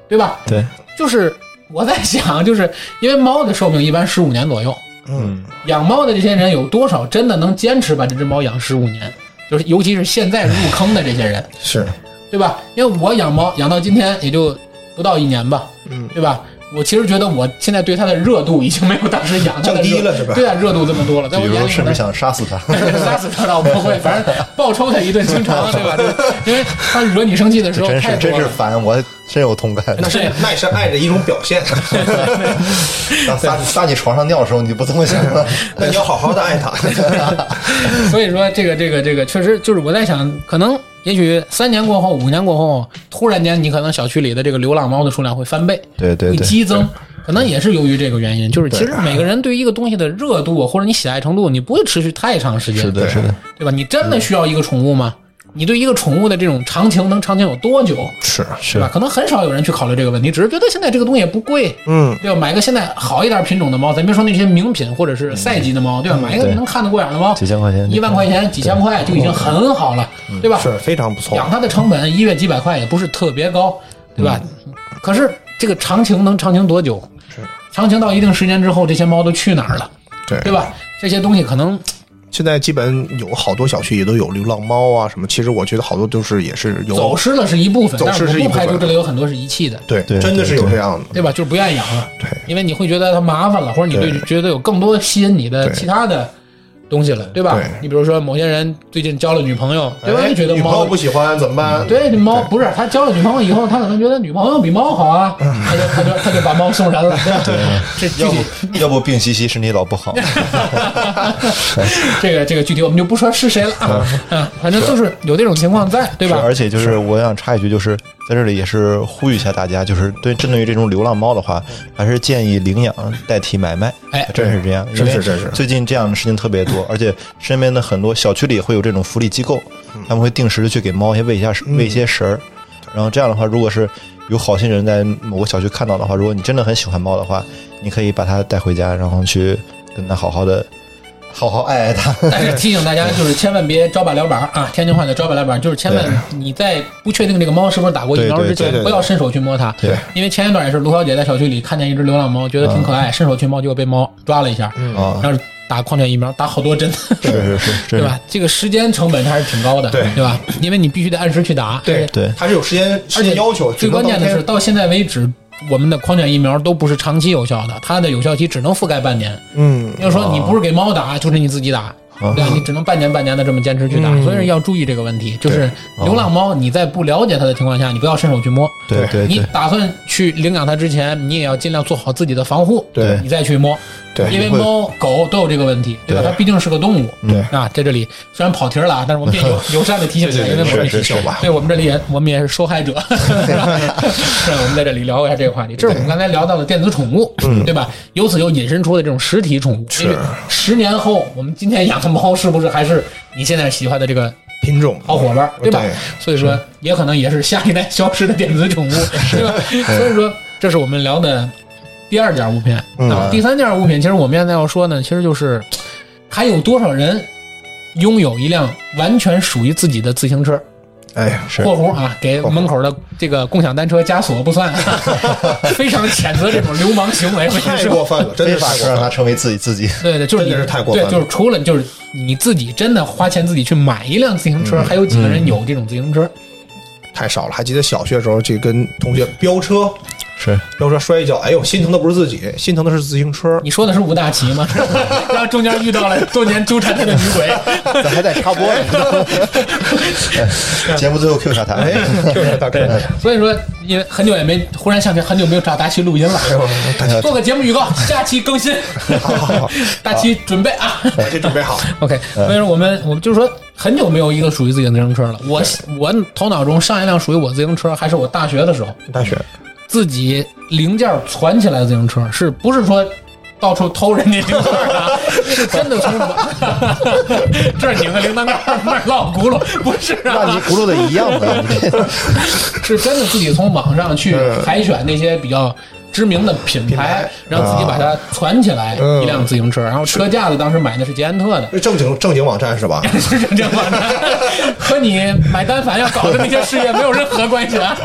对吧？对，就是我在想，就是因为猫的寿命一般十五年左右，嗯，养猫的这些人有多少真的能坚持把这只猫养十五年？就是尤其是现在入坑的这些人，是对吧？因为我养猫养到今天也就不到一年吧，嗯，对吧？我其实觉得我现在对它的热度已经没有当时养它的热降低了是吧对啊，热度这么多了，在比我如眼说里甚可能至想杀死他， [LAUGHS] 杀死它倒不会，反正暴抽它一顿经常，对吧？就是因为它惹你生气的时候真太是真多是了。烦，我真有同感。那是对那也是爱的一种表 [LAUGHS] 现。那撒你撒你床上尿的时候，你不这么想吗？那你要好好的爱他。所以说，这个这个这个，确实就是我在想，可能也许三年过后、五年过后，突然间你可能小区里的这个流浪猫的数量会翻倍，对对会对激增，可能也是由于这个原因。就是其实每个人对于一个东西的热度或者你喜爱程度，你不会持续太长时间，是的，是的，对吧？你真的需要一个宠物吗？你对一个宠物的这种长情能长情有多久，是对吧？可能很少有人去考虑这个问题，只是觉得现在这个东西也不贵，嗯，对吧？买个现在好一点品种的猫，咱别说那些名品或者是赛级的猫，对吧？嗯买一个对能看得过眼的猫，几千块钱一万块钱、几千块就已经很好了，对吧？嗯是非常不错。养它的成本一月几百块也不是特别高，对吧？可是这个长情能长情多久？嗯是长情到一定时间之后，这些猫都去哪儿了？对对吧？这些东西可能现在基本有好多小区也都有流浪猫啊什么，其实我觉得好多都是也是有走失了是一部分，走但失我是一不部分排除这里有很多是遗弃的，对，对真的是有这样的，对吧？就是不愿意养了，对因为你会觉得它麻烦了，或者你对对觉得有更多吸引你的对其他的东西了，对吧对？你比如说某些人最近交了女朋友，对吧？哎就觉得女朋友猫不喜欢怎么办？对，这猫不是他交了女朋友以后，他可能觉得女朋友比猫好啊，嗯他就他就他就把猫送人了。对，这具要体不要不病兮兮身体老不好，这个这个具体我们就不说是谁了啊，嗯，反正就是有这种情况在，对是吧？而且就是我想插一句，就是在这里也是呼吁一下大家，就是对针对于这种流浪猫的话，还是建议领养代替买卖。哎真是这样，是因为是是是最近这样的事情特别多，而且身边的很多小区里会有这种福利机构，他们会定时的去给猫先喂一下喂一些食儿。然后这样的话，如果是有好心人在某个小区看到的话，如果你真的很喜欢猫的话，你可以把它带回家，然后去跟它好好的。好好爱爱它，但是提醒大家，就是千万别招把聊板儿啊！天津话叫招把聊板儿，就是千万你在不确定这个猫是不是打过疫苗对对之前对，对不要伸手去摸它。对，因为前一段也是卢小姐在小区里看见一只流浪猫，觉得挺可爱，伸手去摸，结果被猫抓了一下， [LAUGHS] 啊，然后打狂犬疫苗，打好多针。是是是，对真是吧？这个时间成本还是挺高的，对吧？因为你必须得按时去打，对对，它是有时间时而且间要求，最关键的是，到现在为止，我们的狂犬疫苗都不是长期有效的，它的有效期只能覆盖半年。嗯，要说你不是给猫打，就是你自己打，啊对吧？你只能半年半年的这么坚持去打，所以要注意这个问题。就是流浪猫，你在不了解它的情况下，你不要伸手去摸。对对你对，打算去领养它之前，你也要尽量做好自己的防护，对你再去摸，对因为会猫狗都有这个问题，对吧？对嗯它毕竟是个动物，对啊，在这里虽然跑题儿了啊，但是我们也 [LAUGHS] 友友善的提醒一下，因为我们也是是是对我们这里也我们也是受害 [LAUGHS] 者，是吧？是我们在这里聊一下这个话题，这是我们刚才聊到的电子宠物，嗯对吧？由此又引申出的这种实体宠物，也许十年后我们今天养的猫是不是还是你现在喜欢的这个品种好伙伴，对吧？对嗯所以说，也可能也是下一代消失的电子 [LAUGHS] 宠物，对吧？哎所以说，这是我们聊的第二件物品。嗯那么第三件物品，其实我们现在要说呢，其实就是还有多少人拥有一辆完全属于自己的自行车？哎呀，是括弧啊，给门口的这个共享单车加锁不 [LAUGHS] 算，啊非常谴责这种流氓行为。我跟你太说过分了，真的非是法太过是让分它了。成为自己自己，对对，就是真的你是太过分对，了就是除了就是你自己真的花钱自己去买一辆自行嗯车，还有几个人有这种自行车？太少了。还记得小学的时候，这跟同学飙车，是飙车摔一跤，哎呦，心疼的不是自己，心疼的是自行车。 [LAUGHS] 你说的是吴大奇吗？然后中间遇到了多年纠缠他的女鬼，咱还在插播 [LAUGHS] 呢。节目最后 Q 下他，哎，就是大概。所以说，因为很久也没，忽然想起很久没有找大奇录音了，做个节目预告，下期更新，大奇准备啊。我先准备好， OK，所以 [LAUGHS] 说我们我们就是说很久没有一个属于自己的自行车了。我我头脑中上一辆属于我自行车还是我大学的时候大雪，自己零件攒起来的自行车，是不是说到处偷人家零件 [LAUGHS] 啊？是真的从我 [LAUGHS] 这儿拧个铃铛盖儿，那儿落轱辘，不是啊？那你轱辘的一样的，你 [LAUGHS] 这是真的自己从网上去海选那些比较知名的嗯品品牌牌，然后自己把它攒起来嗯一辆自行车，然后车架子当时买的是捷安特的。 [LAUGHS] 正经正经网站是吧？是这样网站， [LAUGHS] 和你买单反要搞的那些事业没有任何关系啊。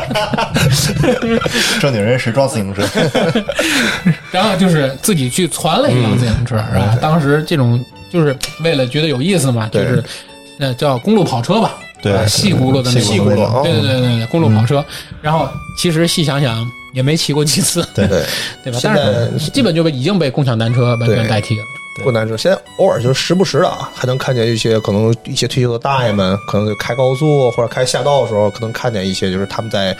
正经人谁撞自行 [LAUGHS] 车？然后就是自己去攒了一辆自行车，嗯是吧？当时这种就是为了觉得有意思嘛，就对是那叫公路跑车吧，对啊细轱辘的那细种轱辘啊对对对对对，公路跑车。然后其实细想想也没骑过几次，对 [LAUGHS] 对， [LAUGHS] 对吧？现在但是基本就被已经被共享单车完全对代替了。不难受。现在偶尔就时不时的啊，还能看见一些可能一些退休的大爷们，可能就开高速或者开下道的时候，可能看见一些就是他们在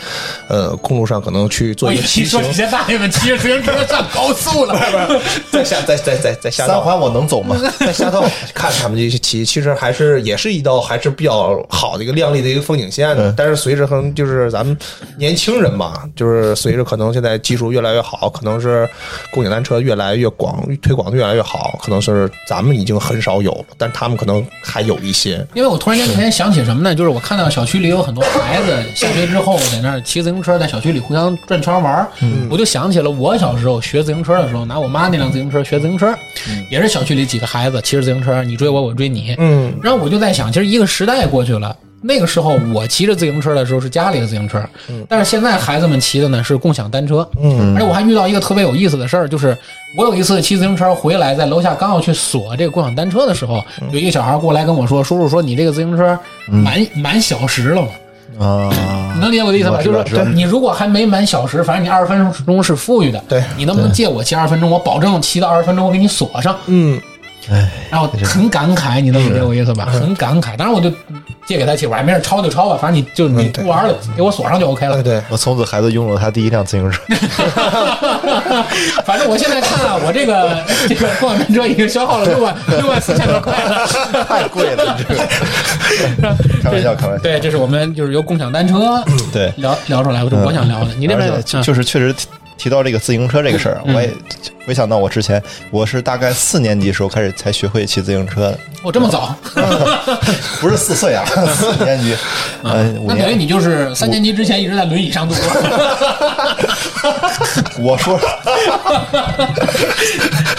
呃公路上可能去做我一以些为骑 [LAUGHS] 说行你，些大爷们骑着自行车上高速 [LAUGHS] 了，在下在在在在下三道。环我能走吗？在下道看他们这些骑，其实还是也是一道还是比较好的一个亮丽的一个风景线的。但是随着可能就是咱们年轻人嘛，就是随着可能现在技术越来越好，可能是共享单车越来越广，推广的越来越好，可可能是咱们已经很少有了，但他们可能还有一些。因为我突然间那天想起什么呢？就是我看到小区里有很多孩子下学之后在那儿骑自行车，在小区里互相转圈玩儿，我就想起了我小时候学自行车的时候，拿我妈那辆自行车学自行车，也是小区里几个孩子骑着自行车，你追我，我追你。嗯，然后我就在想，其实一个时代过去了。那个时候我骑着自行车的时候是家里的自行车，但是现在孩子们骑的呢是共享单车。嗯，而且我还遇到一个特别有意思的事儿，就是我有一次骑自行车回来，在楼下刚要去锁这个共享单车的时候，有一个小孩过来跟我说：“叔叔，说你这个自行车满满小时了嘛？”啊，你能理解我的意思吧？我就知是道说，对你如果还没满小时，反正你二十分钟是富裕的，对你能不能借我骑二十分钟？我保证骑到二十分钟，我给你锁上。嗯，哎然后很感慨，你能理解我意思吧？很感慨。当然，我就借给他骑，我还没事抄就抄吧，反正你就你嗯对不玩了，给我锁上就 OK 了对。哎对，我从此孩子拥有了他第一辆自 [LAUGHS] 行车。嗯 [LAUGHS] 反正我现在看啊，我这个这个共享单车已经消耗了六万六万四千多块了。太贵了，这个。开玩笑，开玩笑。对，这是我们就是由共享单 [CLEARS THROAT] 车对，聊聊出来，我就我想聊的。你那边嗯而有且嗯就是确实提提到这个自行车这个事儿，我也没想到，我之前我是大概四年级时候开始才学会骑自行车的，我这么早，不是四岁啊， [LAUGHS] 四年 [LAUGHS] 级，呃，五那等于年。你就是三年级之前一直在轮椅 [LAUGHS] 上度过。 [LAUGHS] 我说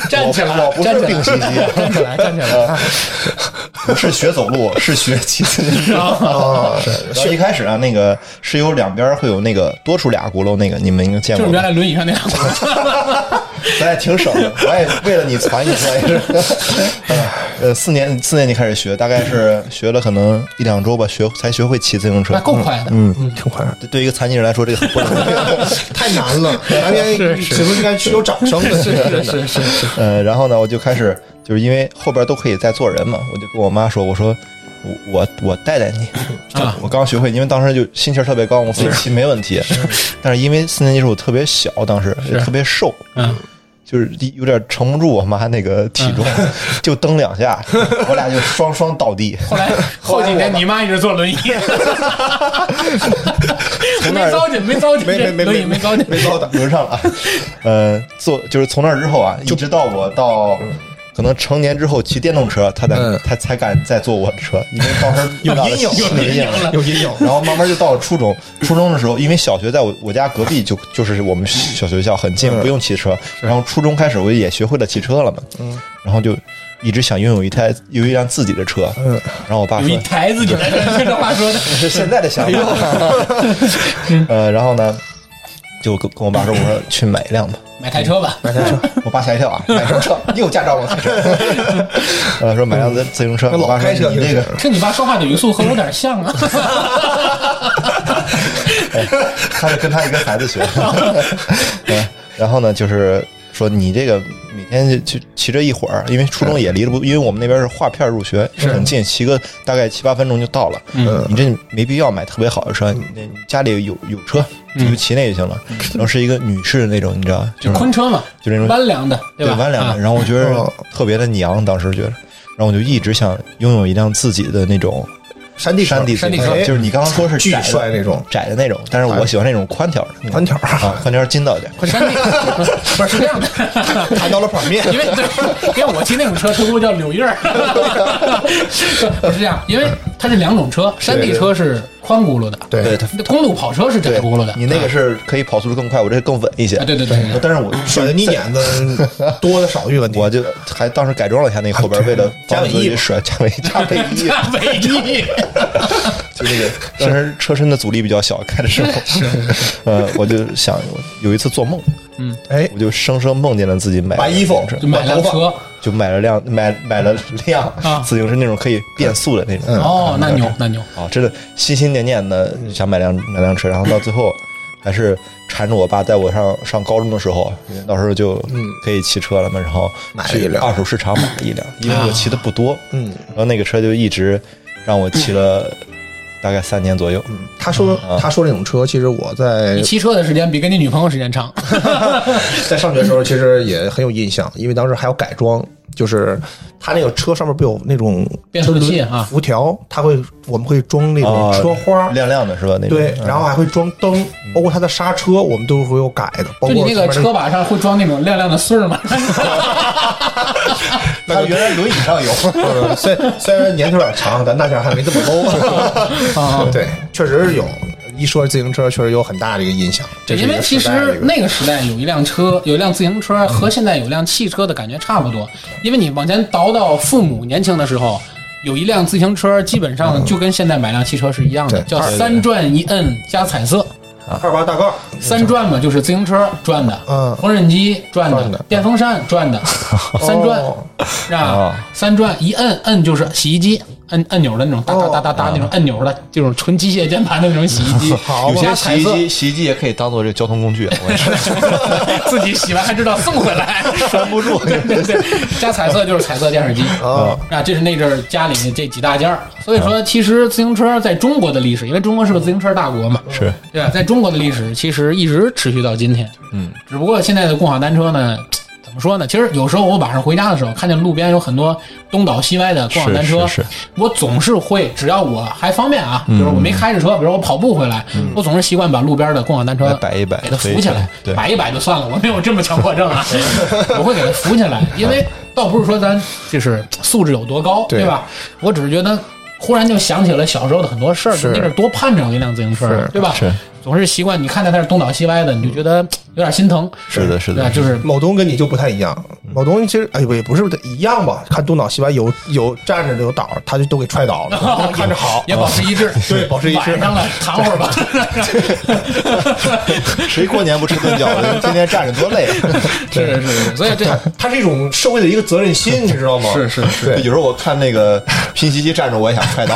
站起来，我不是站起来定型机站起来，站起 [LAUGHS] 来。不是学走路，是学骑自行车。啊，然后一开始啊，那个是有两边会有那个多出俩轱辘，那个你们应该见就过是原吧。来轮椅上那样。咱也挺省的，我也为了你攒一攒 [LAUGHS] 也是。呃，四年四年级开始学，大概是学了可能一两周吧，学才学会骑自行车。那够快 [LAUGHS] 的。嗯，嗯，挺快。对对于一个残疾人来说，这个很不容易。 [LAUGHS] 太难了，难是边是此处应该是有掌声的，是是是是， [LAUGHS] 呃，然后呢，我就开始就是因为后边都可以再做人嘛，我就跟我妈说，我说我我我带带你， [LAUGHS] 啊我刚学会，因为当时就心气儿特别高，我自己骑没问题。但是因为四年级时候我特别小，当时是特别瘦，嗯，就是有点撑不住我妈那个体重，嗯 [LAUGHS] 就蹬两下，我俩就双双倒地。 [LAUGHS] 后来后几年你妈一直坐轮椅，没糟践，没糟践，没没没这轮椅没糟 [LAUGHS] 践，没高的轮上了啊。 [LAUGHS] 呃，坐就是从那之后啊，一直到我到可能成年之后骑电动车，他才、嗯他才敢再坐我的车，因为当时有阴影有有阴影了有阴影。然后慢慢就到了初中，初中的时候，因为小学在我我家隔壁就就是我们小学校很嗯近，不用骑车。然后初中开始我也学会了骑车了嘛，嗯然后就一直想拥有一台有一辆自己的车。嗯然后我爸有说一台子就来这这话 [LAUGHS] 说的，是现在的 [LAUGHS] 想法。哎 [LAUGHS] 呃，然后呢，就跟跟我爸说，我说去买一辆吧。买台车吧， [LAUGHS] 我爸吓一跳啊，买什么车？你有驾照吗？开车？ [LAUGHS] 呃，说买辆自自行车。那我老爸说开车你这个，听你爸说话的语速和我有点像啊，他是跟他一个孩子学。嗯，然后呢，就是说你这个每天就就骑这一会儿，因为初中也离得不，因为我们那边是划片入学，很近，骑个大概七八分钟就到了。嗯你这没必要买特别好的车，你那你家里有有车，你就骑那就行了。然后是一个女士的那种，你知道，就就 [LAUGHS] 是昆车嘛，就那种弯梁的，吧？弯梁啊的。然后我觉得哦特别的娘，当时觉得，然后我就一直想拥有一辆自己的那种山地山地自山地行车车就是你刚刚说是巨窄帅的那种哎窄的那种，但是我喜欢那种宽条的，宽条儿，啊，宽条筋道一点。山地 [LAUGHS] 不是是这样的，谈到了反面。因为对，因为我骑那种车，它给我叫柳 [LAUGHS] 叶儿，不是这样，因为它是两种车，山地车是宽轱辘的，对对，它那公路跑车是窄对轱辘的，你那个是可以跑速度更快，我这更稳一些啊，。对对对，对但是我甩的泥点 [LAUGHS] 子多的少的一个问题。我就还当时改装了一下那个后边，为了防止自己甩加尾加尾 [LAUGHS] 翼，大尾翼，就那个当时车身的阻力比较小，开的时候， [LAUGHS] 呃，我就想有一次做梦，哎，我就生生梦见了自己买买衣服就买辆车，就买了辆买买了辆啊自行车那种可以变速的那种。嗯哦，那牛那牛，啊，真的心心念念的想买辆买辆车，然后到最后还是缠着我爸带我上上高中的时候，因为到时候就可以骑车了嘛，然后买了去一辆二手市场买了一辆，因为我骑的不多，嗯，然后那个车就一直让我骑了大概三年左右。他说他说这种车，其实我在 [LAUGHS] 你骑车的时间比跟你女朋友时间长，在上学的时候，其实也很有印象，因为当时还要改装，就是它那个车上面不有那种变速器啊浮条，它会我们会装那种哦车花，亮亮的是吧？那种对，嗯然后还会装灯，包括它的刹车，我们都是会有改的，[LAUGHS] 包就括你那个前车面把上会装那种亮亮的穗儿吗？它原来轮椅上有， [LAUGHS] 呃，虽虽然年头有点长，但那前还没这么 [LAUGHS] low。啊，对，确实是有。一说自行车，确实有很大的一个影响。这对，[LAUGHS] 是因一为个其时代的实一个嗯那个时代有一辆车，有一辆自行车和现在有辆汽车的感觉差不多。因为你往前倒到父母年轻的时候，有一辆自行车，基本上就跟现在买辆汽车是一样的，嗯对叫三转一摁加彩色。二八大杠，三转嘛，就是自行车转的，嗯缝纫机转转的的，电风扇转的，三转哦是吧哦？三转一摁摁就是洗衣机按按钮的那种哒哒哦哒哒哒那种嗯按钮的，这种纯机械键盘的那种洗衣 [LAUGHS] 机，好有加些彩洗衣色机洗衣机也可以当做这交通工具，啊我也 [LAUGHS] 是自己洗完还知道送回来， [LAUGHS] 拴不住。 [LAUGHS] 哦对对对，加彩色就是彩色电视机啊啊，这是那阵儿家里这几大件儿。所以嗯说，其实自行车在中国的历史，因为中国是个自行车大国嘛，是对吧？在中国的历史其实一直持续到今天，嗯，只不过现在的共享单车呢。怎么说呢？其实有时候我晚上回家的时候，看见路边有很多东倒西歪的共享单车，是是是嗯我总是会，只要我还方便啊，比如我没开着车，比如我跑步回来，我总是习惯把路边的共享单车来嗯摆一摆给它推扶一起来，推对摆一摆就算了，我没有这么强迫症啊，我会给它扶起来，因为倒不是说咱就是素质有多高，对对吧？我只是觉得忽然就想起了小时候的很多事儿，是那阵儿多盼着有一辆自行车啊是，对吧？是总是习惯你看着它是东倒西歪的，你就觉得嘖有点心疼，是的是的对吧就是 [LAUGHS] 某东跟你就不太一样，嗯某东其实哎不也不是一样吧？看东倒西歪，有有站着的有倒着，他就都给踹倒 [LAUGHS] 了，看着哎好。哦也保持一致， [LAUGHS] 对保持一致晚上了，躺会儿 [LAUGHS] 吧。谁过年不吃顿饺子？天天站着多累啊！ [LAUGHS] 是是是，所以这他是一种社会的一个责任 [LAUGHS] 心，你知道吗？是是是 [LAUGHS] 对有时候我看那个拼夕夕站着，我也想踹倒。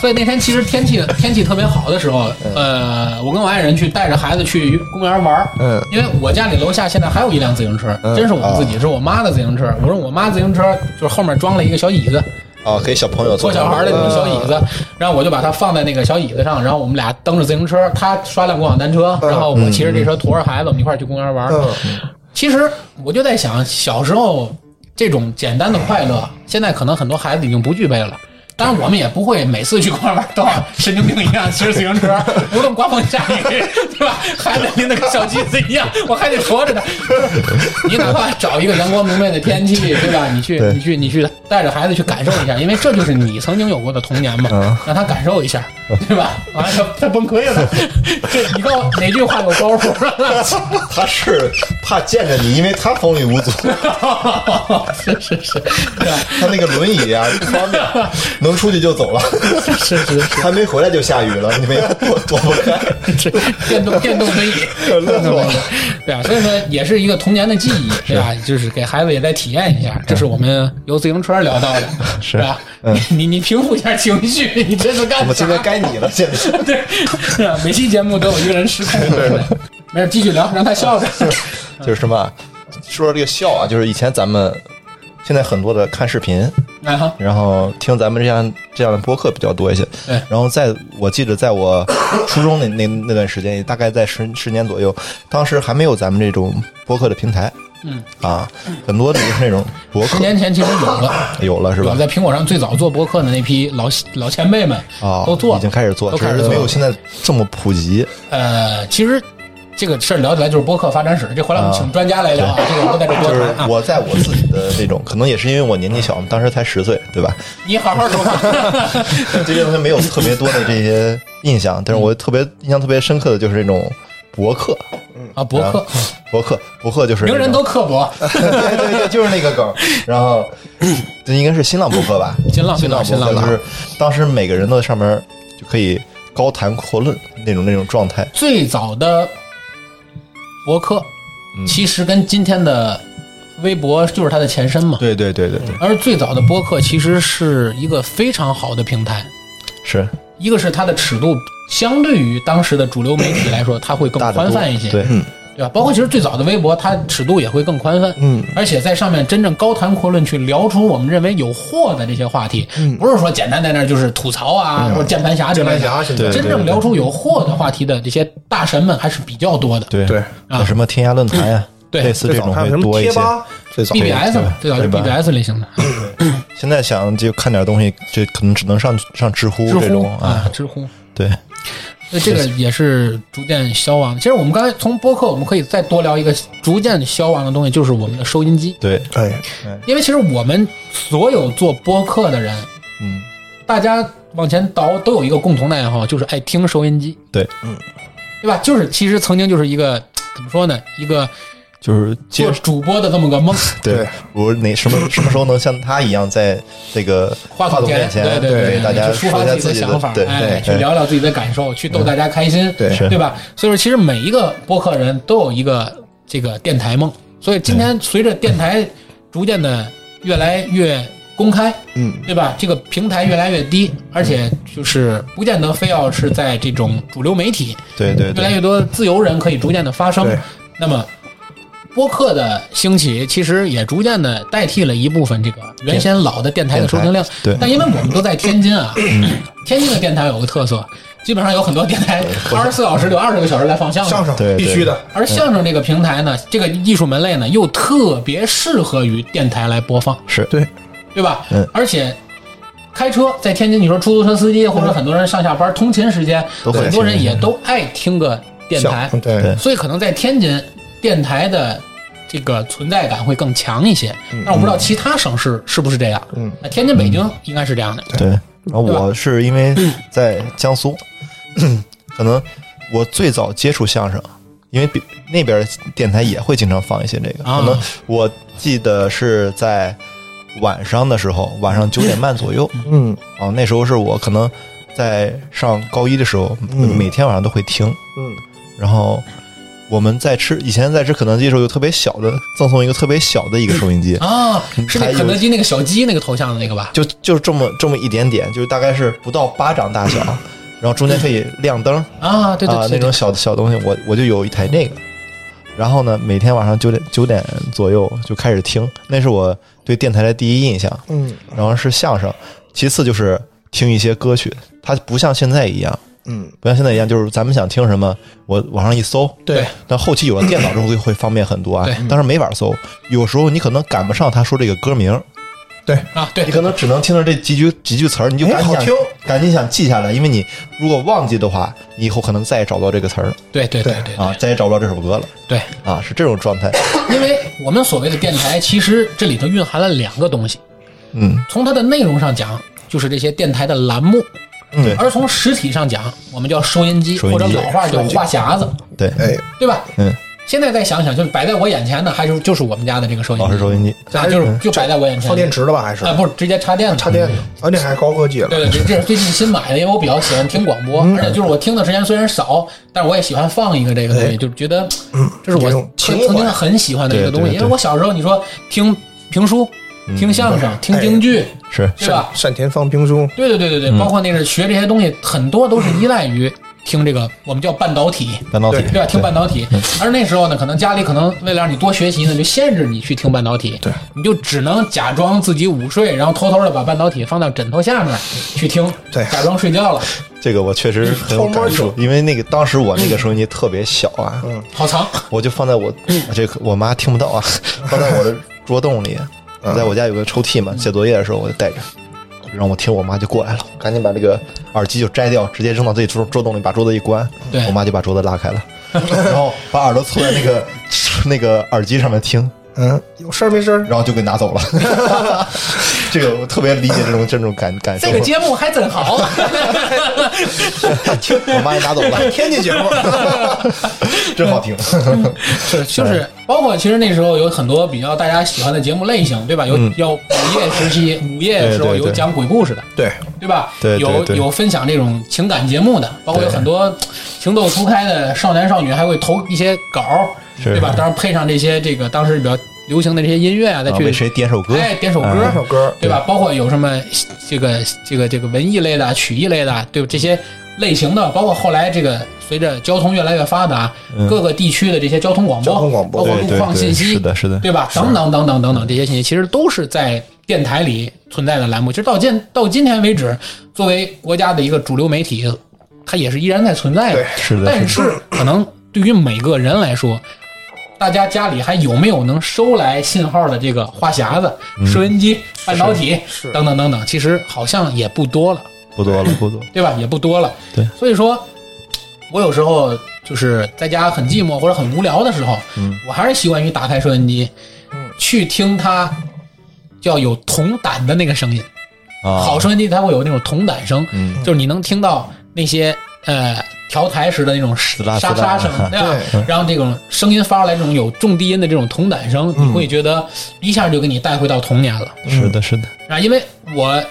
所以那天其实天气天气特别好的时候，呃，我跟我爱人去带着孩子去公园玩儿，嗯哦因为我家里楼下现在还有一辆自行车，真是我们自己，是我妈的自行车。我说我妈自行车就是后面装了一个小椅子，啊，给小朋友坐小孩儿的那种小椅子，嗯然后我就把它放在那个小椅子上，然后我们俩蹬着自行车，他刷辆共享单车，然后我骑着这车驮着孩子，我们一块儿去公园玩儿。嗯，其实我就在想，小时候这种简单的快乐，现在可能很多孩子已经不具备了。当然，我们也不会每次去公园玩都像神经病一样骑着自行车，无论刮风下雨，对吧？孩子拎着个小机子一样，我还得驮着他。你哪怕找一个阳光明媚的天气，对吧？你去，对你去，你去带着孩子去感受一下，因为这就是你曾经有过的童年嘛，让他感受一下，对吧？完了，他他崩溃了。 [LAUGHS] 这你告诉我哪句话有包袱？ [LAUGHS] 他是怕见着你，因为他风雨无阻， [LAUGHS] 是是是， [LAUGHS] 对吧？他那个轮椅啊不方便，能出去就走了，是是还没回来就下雨了，你们要躲躲不 [LAUGHS] 开。是，电 [LAUGHS] 动电动轮椅，乐死我了！ [LAUGHS] 对啊，所以说也是一个童年的记 [LAUGHS] 忆，对吧？就是给孩子也再体验一下，嗯这是我们由自行车聊到的，是吧？你你你平复一下情绪， [LAUGHS] 你这是干我啥？们现在该你了，现 [LAUGHS] 在对，是啊每期节目都有一个人失 [LAUGHS] 控，对不对？没事，继续聊，让他笑着。就是什么啊？说到这个笑啊，就是以前咱们现在很多的看视频，来哈，然后听咱们这样这样的播客比较多一些。对然后在我记得，在我初中那 [COUGHS] 那那段时间，也大概在十十年左右，当时还没有咱们这种播客的平台。嗯啊，很多都是那种博十客年前其实有了，有了是有吧？在苹果上最早做播客的那批老老前辈们啊，都做了已经开始做，都只开始是做没有现在这么普及。呃，其实这个事儿聊起来就是播客发展史，这回来我们请专家来聊啊，这个我不在这多就是谈啊。我在我自己的这种，可能也是因为我年纪小，当时才十岁，对吧？你好好说 [LAUGHS] 话。对这些东西没有特别多的这些印象，但是我特别印象特别深刻的就是这种博客，啊，博客，博客，博客就是那名种人都刻薄，对对对，就是那个梗。然后这应该是新浪博客吧？新浪新浪新博浪客啊新浪就是当时每个人都在上面就可以高谈阔论那种那种状态。最早的博客嗯其实跟今天的微博就是它的前身嘛。对对对对对，而最早的播客其实是一个非常好的平台，是一个是它的尺度相对于当时的主流媒体来说，它会更大的宽泛一些。对，对吧？包括其实最早的微博，它尺度也会更宽泛，嗯，而且在上面真正高谈阔论，去聊出我们认为有货的这些话题，不是说简单在那儿就是吐槽啊，或者键盘侠之类的，键盘侠现在真正聊出有货的话题的这些大神们还是比较多的，对对那什么天涯论坛呀、对类似最这早种还会有什么多一贴些。吧，最早 BBS 嘛，最早就对吧 BBS 类型的，现在想就看点东西，就可能只能上上知乎知这乎种啊啊，，知乎。对，所以这个也是逐渐消亡的。其实我们刚才从播客，我们可以再多聊一个逐渐消亡的东西，就是我们的收音机。对，哎，因为其实我们所有做播客的人，嗯，大家往前倒都有一个共同的爱好，就是爱听收音机，对，对吧？就是其实曾经就是一个怎么说呢，一个就是接做主播的这么个梦，对对，我哪 [LAUGHS] 什么什么时候能像他一样，在这个话筒前面，前对对对，给大家去抒说发一下自自己想法，对哎，去对聊聊自己的感受，去逗大家开心，哎对是对吧？所以说，其实每一个播客人都有一个这个电台梦。所以今天随着电台逐渐的越来越公开，嗯，对吧？这个平台越来越低，而且就是不见得非要是在这种主流媒体，对对越来对越多自由人可以逐渐的发声对。那么。播客的兴起，其实也逐渐的代替了一部分这个原先老的电台的收听量。对但因为我们都在天津 [CLEARS THROAT] 啊，天津的电台有个特色，基本上有很多电 [LAUGHS] 台二十四小时有二十个小时来放相声相。声对对必须的，而相声这个平台呢，这个艺术门类呢，又特别适合于电台来播放，是，对，对吧？嗯而且开车在天津，你说出租车司机或者很多人上下班通勤时间，都会很多人听也都爱听个电台，相对对所以可能在天津电台的这个存在感会更强一些。嗯但我不知道其他省市是不是这样。嗯，那天津、北京应该是这样的。对。然后我是因为在江苏， [CLEARS THROAT] 可能我最早接触相声，因为比那边电台也会经常放一些这个。啊可能我记得是在晚上的时候，晚上九点半左右，嗯啊，那时候是我可能在上高一的时候，嗯每天晚上都会听。嗯，然后我们在吃以前在吃肯德基的时候，有特别小的赠送一个特别小的一个收音机，啊，是那还有肯德基那个小鸡那个头像的那个吧？就就这么这么一点点，就是大概是不到巴 [LAUGHS] 掌大小，然后中间可以亮灯啊，对对啊对那对种小小东西，我我就有一台那个。然后呢，每天晚上九点九点左右就开始听，那是我对电台的第一印象。嗯然后是相声，其次就是听一些歌曲，它不像现在一样，嗯，不像现在一样，就是咱们想听什么，我网上一搜，对，但后期有了电脑之后会会方便很多啊对。当时没法搜，有时候你可能赶不上他说这个歌名，啊，对你，可能只能听着这几句几句词儿，你就哎赶紧好想听赶紧想记下来，因为你如果忘记的话，你以后可能再也找不到这个词儿对对对对啊，再也找不到这首歌了对，啊，是这种状态。因为我们所谓的电台，其实这里头蕴含了两个东西。嗯，从它的内容上讲，就是这些电台的栏目；对而从实体上讲，我们叫收音机，收音或机者老话叫话匣子，对，哎，对吧？嗯，现在再想想，就是摆在我眼前的，还是就是我们家的这个收音老机式，收音机，啊，就是就摆在我眼前。哎放电池的吧还是啊，不是直接插电的，插电的？啊，那还高科技了，对对，这这是最近新买的，因为我比较喜欢听广播，嗯而且就是我听的时间虽然少，但是我也喜欢放一个这个东西，就觉得这是我哎嗯有种曾情怀曾经啊很喜欢的一个东西。对对对因为我小时候，你说听评书、嗯听相声、听哎京剧，是对吧？单田芳评书，对对对嗯对对，包括那个学这些东西，很多都是依赖于听这个我们叫半导体。半导体对，嗯对吧？听半导体，而那时候呢，可能家里可能为了让你多学习呢，就限制你去听半导体，对，你就只能假装自己午睡，然后偷偷的把半导体放到枕头下面去听，对假装睡觉了，这个我确实很有偷摸感触，因为那个当时我那个收音机特别小啊，好 [LAUGHS] 藏。我就放在我嗯这个我妈听不到啊，放在我的桌洞里。我在我家有个抽屉嘛，写作业的时候我就带着，让我听，我妈就过来了，赶紧把这个耳机就摘掉，直接扔到自己桌桌洞里，把桌子一关，对我妈就把桌子拉 [LAUGHS] 开了，然后把耳朵凑在那个那个耳机上面听，嗯，有事儿没事儿，然后就给拿走了。 [LAUGHS] 这个我特别理解这种这种感感受这，个节目还真 [LAUGHS] 好，我妈也拿走 [LAUGHS] 了，天津节目， [LAUGHS] 真好听。嗯是就是包括其实那时候有很多比较大家喜欢的节目类型，对吧？有要午夜时期，午夜的时候嗯对对有对讲鬼故事的，对，对吧？对对有对有分享这种情感节目的，包括有对很多情窦初开的少男少女还会投一些稿儿，是对吧？当然配上这些这个当时比较流行的这些音乐啊，再然后去为谁点首歌？啊哎点首歌，这首歌，对吧？包括有什么这个这个这个文艺类的、曲艺类的，对吧这些类型的，包括后来这个随着交通越来越发达，嗯各个地区的这些交通广播，交通广播包括对路对况信对，息，是的，是的，对吧？等等等等等等，这些信息其实都是在电台里存在的栏目。其实到今到今天为止，作为国家的一个主流媒体，它也是依然在存在的对。是的，但是可能对于每个人来说，大家家里还有没有能收来信号的这个话匣子、收音机、半导体是等等等等，其实好像也不多了，不多了，不多了。对吧？也不多了。对，所以说，我有时候就是在家很寂寞或者很无聊的时候，嗯我还是习惯于打开收音机，嗯去听它叫有铜胆的那个声音。啊，好收音机它会有那种铜胆声，嗯就是你能听到那些呃调台时的那种滋啦沙滋沙啦沙声，对吧？然后这种声音发出来，这种有重低音的这种铜胆声，你会觉得一下就给你带回到童年了。是的，是的，啊，因为我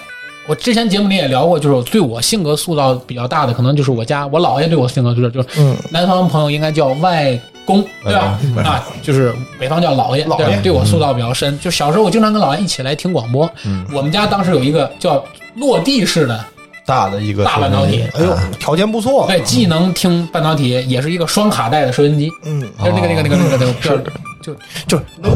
我之前节目里也聊过，就是对我性格塑造比较大的，可能就是我家我姥爷对我性格塑造，就是嗯南方朋友应该叫外公，对吧？外公啊，就是北方叫姥爷，姥对吧爷对我塑造比较深。就小时候我经常跟姥爷一起来听广播，嗯我们家当时有一个叫落地式的大的一个大半导体哎呦，条件不错，对，既能听半导体，也是一个双卡带的收音机，嗯，就是那个那个那个那个那个，就就是能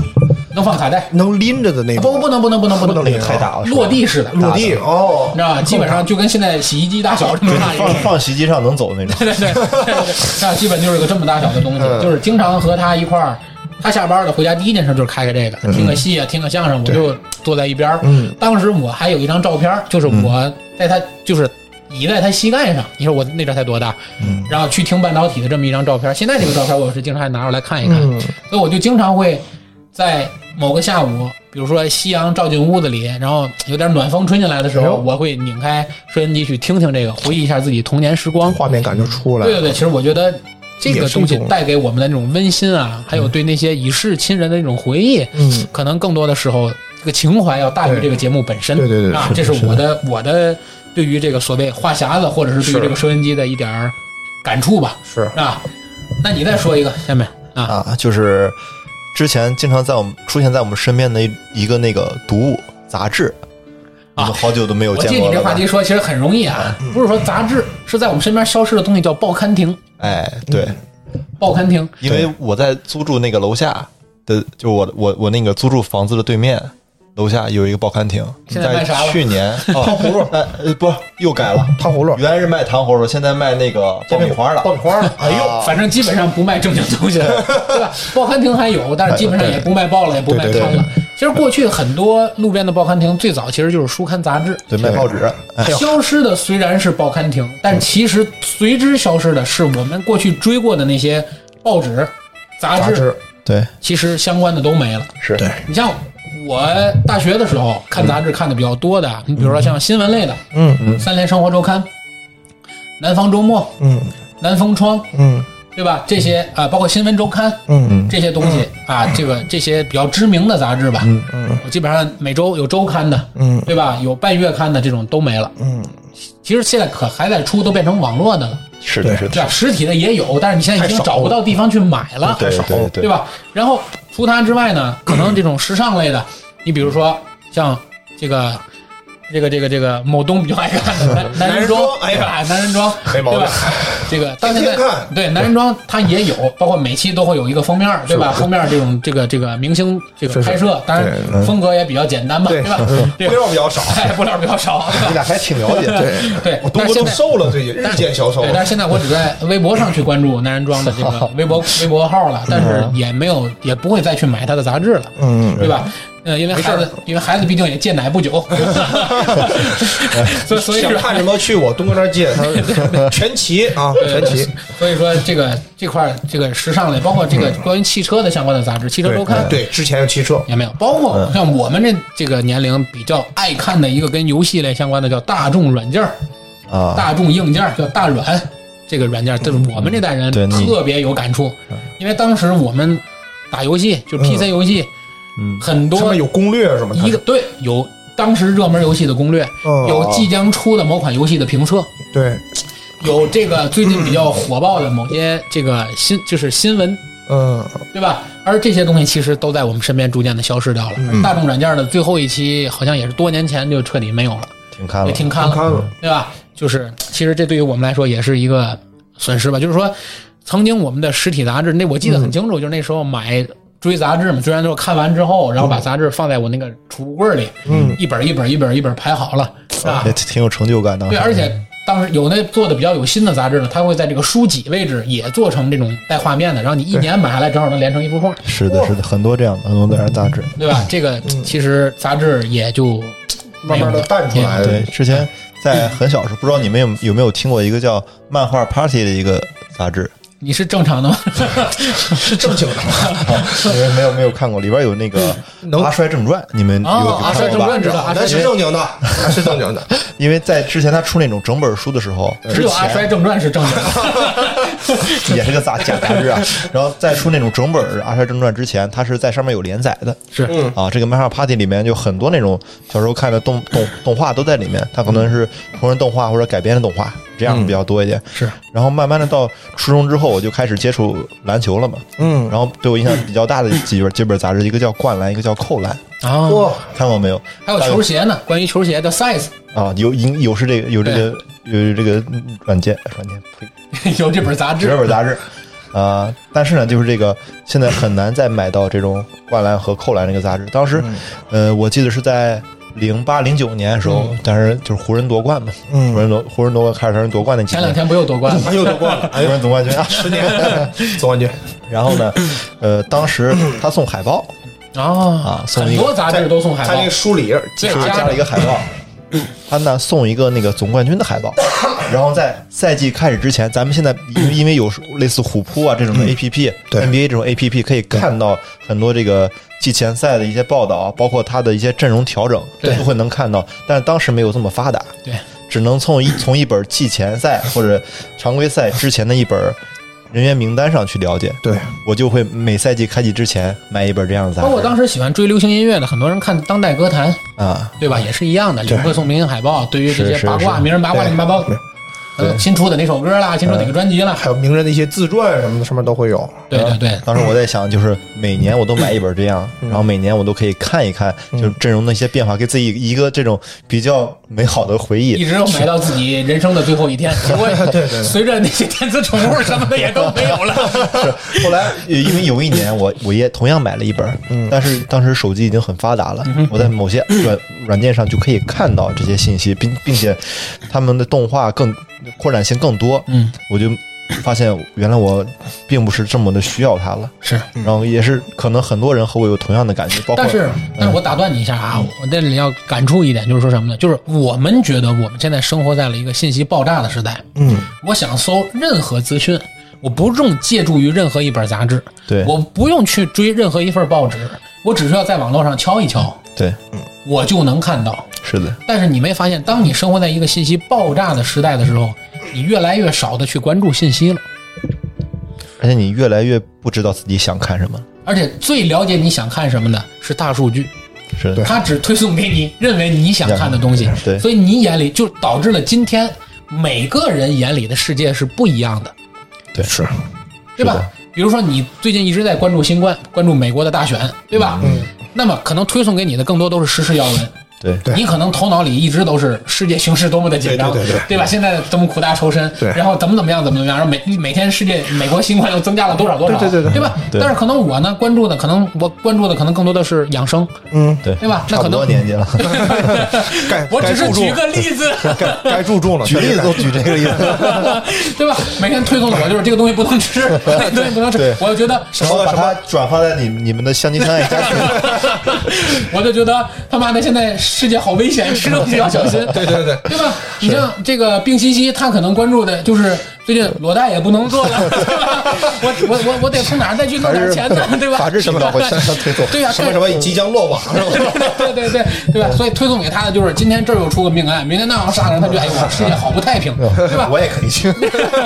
能放卡带。能拎着的那啊不种，不能不能不能不不能能，拎太大了，是吧落地式的，陆地哦你知，道吧？基本上就跟现在洗衣机大小这么大一个放。放洗衣机上能走那种。 [LAUGHS] 对对对对对，那基本就是个这么大小的东西，嗯就是经常和他一块儿。他下班了回家第一件事就是开开这个，听个戏啊，听个相声，我就坐在一边儿。嗯，当时我还有一张照片儿，就是我在他就是倚在他膝盖上，你说我那阵儿才多大，嗯然后去听半导体的这么一张照片儿。现在这个照片儿我是经常还拿出来看一看，嗯所以我就经常会在某个下午，比如说夕阳照进屋子里，然后有点暖风吹进来的时哎候，呦我会拧开收音机去听听这个，回忆一下自己童年时光。画面感就出来对对了，对，其实我觉得这个东也是西一种带给我们的那种温馨啊，还有对那些已逝亲人的那种回忆，嗯，可能更多的时候这个情怀要大于对这个节目本身。对对对啊，是这的是是的我的我的对于这个所谓话匣子，或者是对于是这个收音机的一点儿感触吧，是是吧？啊那你再说一个下面啊，啊，就是之前经常在我们出现在我们身边的一一个那个读物杂志，啊你们好久都没有我见借你过这了话吧嗯题？说，其实很容易啊，不是说杂志是在我们身边消失的东西叫报刊亭，哎，对，报刊亭因为我在租住那个楼下的，就我我我那个租住房子的对面。楼下有一个报刊亭，现在卖啥了去年糖葫芦，哎呃，不，又改了，糖葫芦原来是卖糖葫芦，现在卖那个爆米花了。爆米花了， [LAUGHS] 哎呦，啊反正基本上不卖正经东西 [LAUGHS] 了，对吧？报刊亭还有，但是基本上也不卖报了，也不卖刊了。其实过去很多路边的报刊亭，最早其实就是书刊杂志。对，卖报纸，哎嗯消失的虽然是报刊亭，但其实随之消失的是我们过去追过的那些报纸、杂杂志，志，对，其实相关的都没了。是，对你像我大学的时候看杂志看的比较多的，啊你比如说像新闻类的，嗯《三联生活周刊》《南方周末》《嗯南风窗》，嗯对吧？这些啊、包括《新闻周刊》嗯这些东西啊，这个这些比较知名的杂志吧，嗯嗯我基本上每周有周刊的，嗯对吧？有半月刊的这种都没了。嗯，其实现在可还在出，都变成网络的了，是的，对是对的，吧？实体的也有，但是你现在已经太少了找不到地方去买了，对少对对对吧？然后除它之外呢，可能这种时尚类的，你比如说像这个。这个这个这个某东比较爱看的 [LAUGHS] 男男人装，男人装哎对吧？男人装，没毛病对吧？这个到现在天天看对男人装它也有，包括每期都会有一个封面儿，对吧？封面儿这种这个这个明星这个是是拍摄，当然对嗯风格也比较简单嘛，对对 [LAUGHS] 吧？这布个料比较少，哎 [LAUGHS] 布料比较少，对吧你俩还挺了解，对，对，我都但是我现都在瘦了，最近日渐消瘦对，但是现在我只在微博上去关注男人装的这 [LAUGHS] 个微博微博号了，但是也没有也不会再去买他的杂志了。嗯，对吧？呃，因为孩子，因为孩子毕竟也戒奶不 [LAUGHS] 久， [LAUGHS] 所以所以想说，看什么去我东哥那儿借，他全齐啊，嗯全齐，呃所以说这个这块儿这个时尚类，包括这个关于汽车的相关的杂志，《汽车周刊》嗯对，嗯之前有汽车，也没有，包括像我们这这个年龄比较爱看的一个跟游戏类相关的叫大众软件儿、啊，嗯大众硬件儿，叫大软。这个软件儿，就是我们这代人对你特别有感触，因为当时我们打游戏，就 PC 游戏，嗯很上多面有攻略什么的，一个对有当时热门游戏的攻略，哦有即将出的某款游戏的评测，对，有这个最近比较火爆的某些这个新就是新闻，嗯对吧？而这些东西其实都在我们身边逐渐的消失掉了。嗯大众软件的最后一期好像也是多年前就彻底没有了，挺看也了，停刊看了，看了，对吧？就是其实这对于我们来说也是一个损失吧，就是说曾经我们的实体杂志，那我记得很清楚，就是那时候买。追杂志嘛，追完之后看完之后，然后把杂志放在我那个储物柜里，嗯一本一本一本一本排好了，是吧？也挺有成就感的。嗯对，而且当时有那做的比较有心的杂志呢，它会在这个书脊位置也做成这种带画面的，然后你一年买下来正好能连成一幅画，是的，是的，很多这样的，很多这样的杂志。对吧？这个其实杂志也就慢慢的淡出来对，了。之前在很小时候，不知道你们有有没有听过一个叫《漫画 Party》的一个杂志，你是正常的吗？是正经的吗？你们没有没有看过，里边有那个能《阿衰正传》，你们 [LAUGHS] 有有哦，阿衰看正过吧传？知道，阿那衰是正经的，那是正经的。因为在之前他出那种整本书的时候，呃只之有阿衰前正传是正经的。 [LAUGHS] 也是个杂假杂志啊。然后在出那种整本《阿衰正传》之前，它是在上面有连载的。是嗯啊，这个漫画 Party 里面有很多那种小时候看的动动动画都在里面，它可能是同人动画或者改编的动画，这样比较多一点。是，然后慢慢的到初中之后，我就开始接触篮球了嘛。嗯，然后对我影响比较大的几本几本杂志，一个叫《灌篮》，一个叫《扣篮啊，》，哦看过没有？还有大概球鞋呢，关于球鞋的 size [LAUGHS] 啊，有影有是这个有这个有这个软件软件呸，有这本杂纸志，本杂志啊、但是呢，就是这个现在很难再买到这种灌篮和扣篮这个杂志。当时，嗯呃，我记得是在零八零九年的时候，但是就是湖人夺冠嘛，嗯湖人夺湖人夺冠开始湖人夺冠那几前两年，天不又夺冠了吗？哎呦，夺冠了，哎湖呦，人总冠军啊。十年 [LAUGHS] 嗯总冠军，然后呢，呃，当时他送海报啊啊，送很一个多杂志都送海他那报个，书里对就是加了一个海 [LAUGHS] 报。他呢送一个那个总冠军的海报，然后在赛季开始之前，咱们现在因为因为有类似虎扑啊这嗯种的 APP、对 NBA 这种 APP 可以看到很多这个季前赛的一些报道，啊包括他的一些阵容调整，对都会能看到。但是当时没有这么发达，对，只能从一从一本季前赛或者常规赛之前的一本人员名单上去了解。对，我就会每赛季开季之前买一本这样的杂志。包括哦当时喜欢追流行音乐的，很多人看当代歌坛，啊，对吧？也是一样的，也会送明星海报。对于这是些是八卦、是名人八卦、乱七八糟，呃，新出的哪首歌啦，新出哪个专辑啦，还有名人的一些自传什么的，上面都会有。对对对，当时我在想，就是每年我都买一本这样，嗯然后每年我都可以看一看，就是阵容的一些变化，给自己一个这种比较美好的回一忆。直埋到自己人生的最后一天。结果对 [LAUGHS] 对随着那些电子宠物什么的也都没有了。是 [LAUGHS] 后来呃因为有一年我我也同样买了一本，嗯但是当时手机已经很发达了，我在某些软软件上就可以看到这些信息，并并且他们的动画更扩展性更多，嗯，我就发现原来我并不是这么的需要它了。是，然后也是可能很多人和我有同样的感觉，包嗯括嗯但是但是我打断你一下啊，我这里要感触一点，就是说什么呢？就是我们觉得我们现在生活在了一个信息爆炸的时代，嗯，我想搜任何资讯，我不用借助于任何一本杂志，对我不用去追任何一份报纸，我只需要在网络上敲一敲，对，我就能看到。是的，但是你没发现，当你生活在一个信息爆炸的时代的时候，你越来越少的去关注信息了，而且你越来越不知道自己想看什么了。而且最了解你想看什么的是大数据，是 [LAUGHS] 对它只推送给你认为你想看的东 [LAUGHS] 西，对所以你眼里就导致了今天每个人眼里的世界是不一样的，对是，对是吧的？比如说你最近一直在关注新冠，关注美国的大选，对吧？嗯，那么可能推送给你的更多都是时事要闻，对对你可能头脑里一直都是世界形势多么的紧张，对对对对吧？现在多么苦大仇深，对然后怎么怎么样，怎么怎么样，然后每每天世界美国新冠又增加了多少多少，对对对对吧？对但是可能我呢关注的，可能我关注的可能更多的是养生，嗯，对对吧那差不可多能年纪 [LAUGHS] 了，该我该只是注重举个例子，该该注重了，举例子都举这个 [LAUGHS] 例子，对吧？每天推送的我就是这个东西不能吃，那个东西不能吃对，我就觉得什然么后把它转发在你你们的相亲相爱家庭。我就觉得他妈的现在世界好危险，吃东西要小心。对对对对吧？你像这个病西西，他可能关注的就是最近裸贷也不能做了，对吧？我我我我得从哪儿再去弄点 [LAUGHS] 钱呢， [LAUGHS] 对吧？法治什么的，我向上 [LAUGHS] 推动。对呀、什么什么即将落网是吧？对对对对吧？所以推送给他的就是今天这儿又出个命案，明天那样杀人，他觉得哎呦，我世界好不太平， [LAUGHS] 对吧？我也可以去。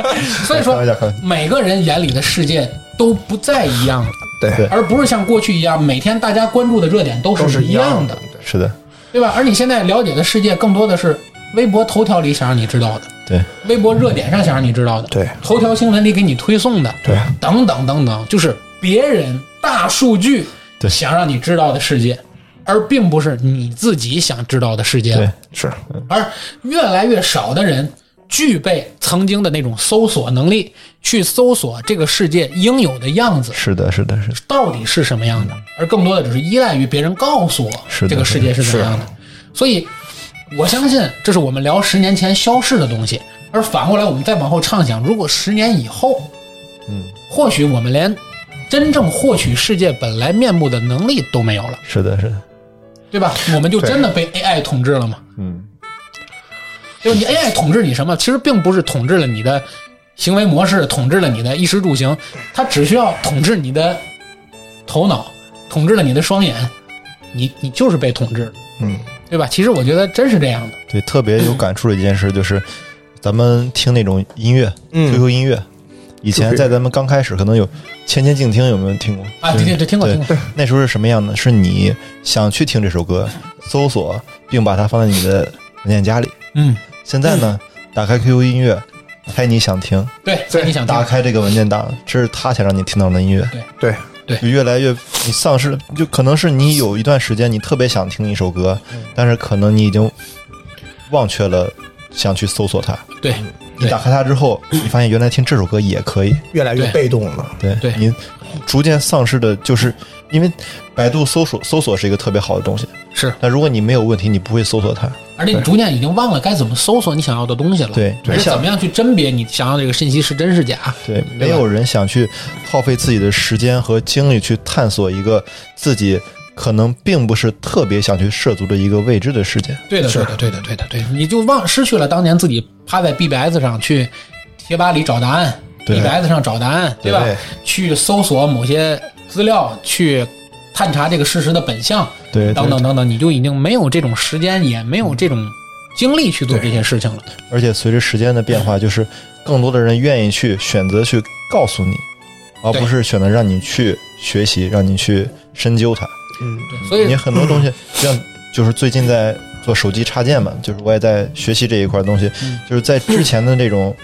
[LAUGHS] 所以说开玩笑开玩笑，每个人眼里的世界都不再一样了，对，而不是像过去一样，每天大家关注的热点都都是是一一样样的的。，是的，对吧？而你现在了解的世界更多的是微博头条里想让你知道的，对，微博热点上想让你知道的，对头条新闻里给你推送的，对，等等等等，就是别人大数据对想让你知道的世界，而并不是你自己想知道的世界。对是，而越来越少的人具备曾经的那种搜索能力，去搜索这个世界应有的样子。是的，是的，是的，到底是什么样的，而更多的只是依赖于别人告诉我是的这个世界是怎么样的。所以，我相信这是我们聊十年前消逝的东西，而反过来我们再往后畅想，如果十年以后，嗯，或许我们连真正获取世界本来面目的能力都没有了，是的，是的，对吧？我们就真的被 AI 统治了吗？嗯，就是你 AI 统治你什么？其实并不是统治了你的行为模式，统治了你的衣食住行，它只需要统治你的头脑，统治了你的双眼，你你就是被统治了，嗯，对吧？其实我觉得真是这样的。对，特别有感触的一件事就是，咱们听那种音乐，嗯追求音乐，以前在咱们刚开始可能有《千千静听》，有没有听过？啊，就是对对对，听过对听过，那时候是什么样的？是你想去听这首歌，搜索并把它放在你的文件夹里。嗯，现在呢，打开 QQ 音乐，猜你想听，对，所以你想打听，开这个文件档，这是他想让你听到的音乐。对，就越来越你丧失了，就可能是你有一段时间你特别想听一首歌，嗯但是可能你已经忘却了想去搜索它。对你打开它之后，你发现原来听这首歌也可以。越来越对被动了。对，对你逐渐丧失的就是因为百度搜索搜索是一个特别好的东西，是，但如果你没有问题，你不会搜索它。而且你逐渐已经忘了该怎么搜索你想要的东西了，对而对是怎么样去甄别你想要这个信息是真是假，对，没有人想去耗费自己的时间和精力去探索一个自己可能并不是特别想去涉足的一个未知的世界。对的，是对的，对的，对的，对的，你就忘失去了当年自己趴在 BBS 上去贴吧里找答案对，BBS 上找答案，对吧对？去搜索某些资料，去探查这个事实的本相，对，对等等等等，你就已经没有这种时间，也没有这种精力去做这些事情了。而且随着时间的变化，就是更多的人愿意去选择去告诉你，而对不是选择让你去学习，让你去深究它。嗯，对所以你很多 [LAUGHS] 东西，像就是最近在做手机插件嘛，就是我也在学习这一块东西，嗯就是在之前的这种，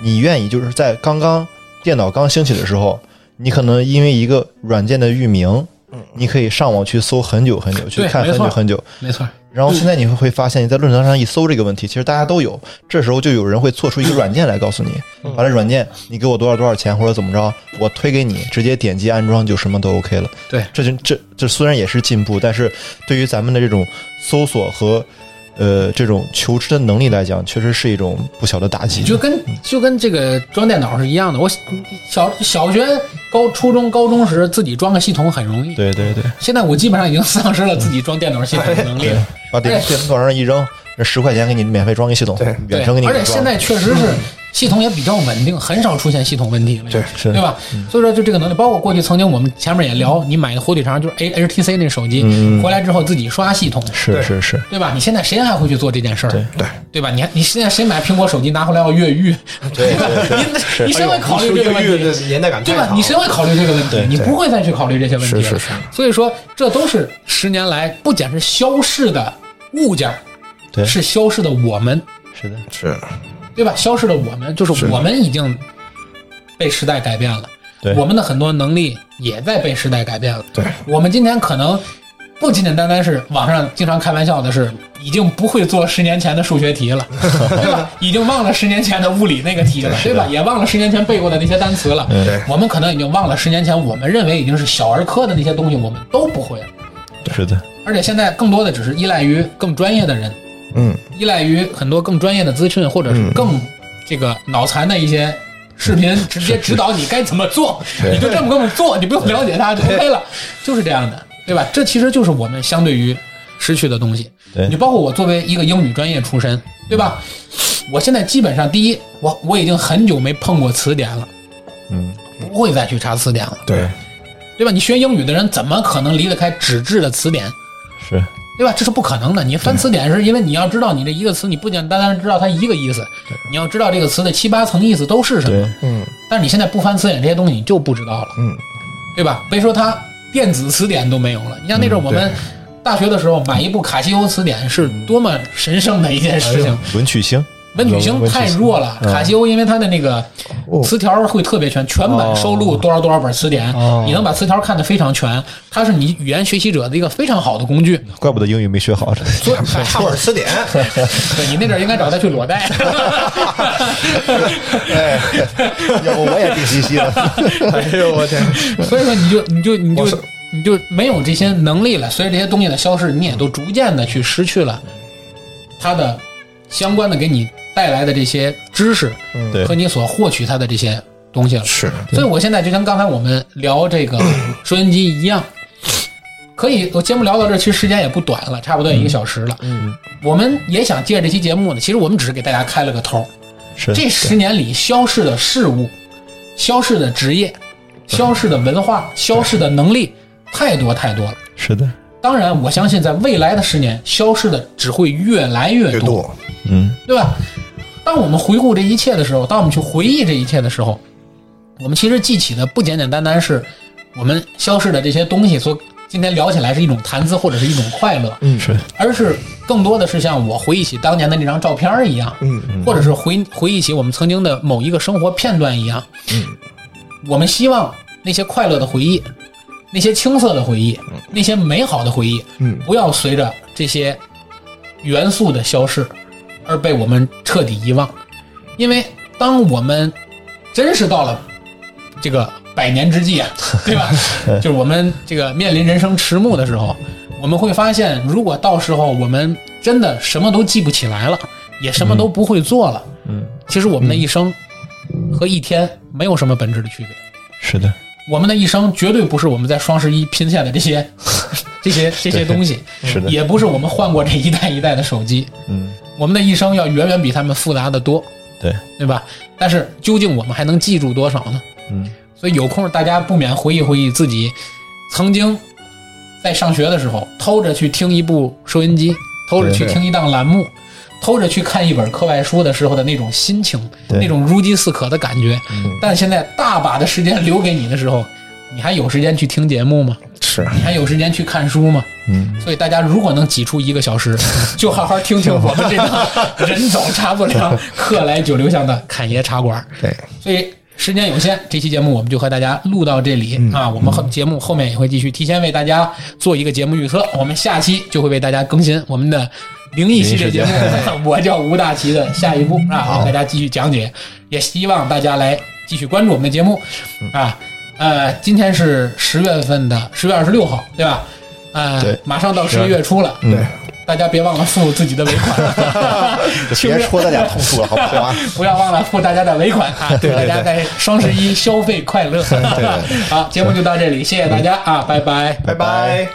你愿意就是在刚刚电脑刚兴起的时候，你可能因为一个软件的域名嗯，你可以上网去搜很久很久，去对看没很错久很久，没错，然后现在你会会发现，你在论坛上一搜这个问题，其实大家都有。这时候就有人会做出一个软件来告诉你，嗯把这软件你给我多少多少钱或者怎么着，我推给你，直接点击安装就什么都 OK 了。对，这就这这虽然也是进步，但是对于咱们的这种搜索和呃这种求知的能力来讲，确实是一种不小的打击。就跟嗯就跟这个装电脑是一样的。我小小学、高初中、高中时自己装个系统很容易，对对对，现在我基本上已经丧失了自己装电脑系统的能力了。把电电脑上一扔，这十块钱给你免费装一系统对，对，远程给你而装。且现在确实是系统也比较稳定，很少出现系统问题了，对是嗯对吧？所以说就这个能力，包括过去曾经我们前面也聊，你买的火腿肠就是哎 A HTC 那手机，回来之后自己刷系统。嗯是是是，对吧？你现在谁还会去做这件事儿？对对对吧？你还你现在谁买苹果手机拿回来要越狱？对对 [LAUGHS] 对，你谁哎会考虑这个问题？年代感对吧？你谁会考虑这个问题？你不会再去考虑这些问题了。是是是所以说，这都是十年来不仅是消逝的物件儿，对是消逝的我们。是的，是对吧？消失了我们，就是我们已经被时代改变了，对我们的很多能力也在被时代改变了。对，我们今天可能不仅仅单单是网上经常开玩笑的是，已经不会做十年前的数学题了，对吧？已经忘了十年前的物理那个题了，对吧？也忘了十年前背过的那些单词了。嗯对我们可能已经忘了十年前我们认为已经是小儿科的那些东西，我们都不会了。是的，而且现在更多的只是依赖于更专业的人，嗯，依赖于很多更专业的资讯，或者嗯是更这个脑残的一些视 [LAUGHS] 频，直接指导你该怎么做，你就这么这么做，你不用了解它就 OK 了，就是这样的，对吧？这其实就是我们相对于失去的东西。对你包括我作为一个英语专业出身，对吧？我现在基本上第一，我我已经很久没碰过词典了，嗯，不会再去查词典了，对对吧？你学英语的人怎么可能离得开纸质的词典？是。对吧？这是不可能的。你翻词典是因为你要知道你这一个词，你不简单单知道它一个意思，你要知道这个词的七八层意思都是什对么。，但是你现在不翻词典这些东西，你就不知道了，嗯，对吧？别说它电子词典都没有了。你像那阵儿我们大学的时候买一部卡西欧词典是多么神圣的一件事情。文曲星，文曲星太弱了，卡西欧因为它的那个哦词条会特别全，全版收录多少多少本词典，你能把词条看得非常全，它是你语言学习者的一个非常好的工具。怪不得英语没学好。所以哎查本词典， [LAUGHS] 对你那阵儿应该找他去裸 [LAUGHS] 贷，哎， [LAUGHS] 要不我也定西西了。哎呦我 [LAUGHS] 天，所以说你就你就你就我是你就没有这些能力了。随着这些东西的消失，你也都逐渐的去失去了它的相关的给你带来的这些知识 [LAUGHS] 嗯对和你所获取它的这些东西了。是，所以我现在就像刚才我们聊这 [LAUGHS] 个收音机一样，可以，我节目聊到这儿，其实时间也不短了，差不多也一个小时了。嗯，我们也想借这期节目呢，其实我们只是给大家开了个头儿。是这十年里消逝的事物、消逝的职业、消逝的文化、消逝的能力，太多太多了。是的，当然，我相信在未来的十年，消逝的只会越来越越多，多，嗯，对吧？当我们回顾这一切的时候，当我们去回忆这一切的时候，我们其实记起的不简简单单是我们消逝的这些东西，所今天聊起来是一种谈资或者是一种快乐，嗯是而是更多的是像我回忆起当年的那张照片儿一样，嗯，或者是回回忆起我们曾经的某一个生活片段一样，嗯我们希望那些快乐的回忆，那些青涩的回忆，那些美好的回忆，嗯不要随着这些元素的消逝而被我们彻底遗忘，因为当我们真是到了这个百年之 [LAUGHS] 际啊，对吧？就是我们这个面临人生迟暮的时候，我们会发现，如果到时候我们真的什么都记不起来了，也什么都不会做了，嗯，其实我们的一生和一天没有什么本质的区别。是的，我们的一生绝对不是我们在双十一拼下的这 [LAUGHS] 些、这些、这些东西，是的，也不是我们换过这一代一代的手机。嗯，我们的一生要远远比他们复杂的多，对，对吧？但是究竟我们还能记住多少呢？嗯，所以有空大家不免回忆回忆自己曾经在上学的时候，偷着去听一部收音机，偷着去对听一档栏目，偷着去看一本课外书的时候的那种心情，对嗯那种如饥似渴的感觉。但现在大把的时间留给你的时候，你还有时间去听节目吗？是，你还有时间去看书吗？嗯，所以大家如果能挤出一个小时， [LAUGHS] 就好好听听我们这 [LAUGHS] 档人走茶不凉，客来酒留香的侃爷茶馆。对，所以时间有限，这期节目我们就和大家录到这里、嗯啊。我们后节目后面也会继续提前为大家做一个节目预测，我们下期就会为大家更新我们的灵异系列节目。 [LAUGHS] 我叫吴大奇的下一步啊，为大家继续讲解，也希望大家来继续关注我们的节目嗯啊。呃，今天是十月份的十月二十六号，对吧？呃对，嗯马上到十12一月初了，对，大家别忘了付自己的尾款， [LAUGHS] 就别说咱俩痛处了，好不 [LAUGHS] 好啊？不要忘了付大家的尾款啊！对对大对家在双 [LAUGHS] 十一消费快乐。好，节目就到这里，谢谢大家啊，拜拜。拜拜。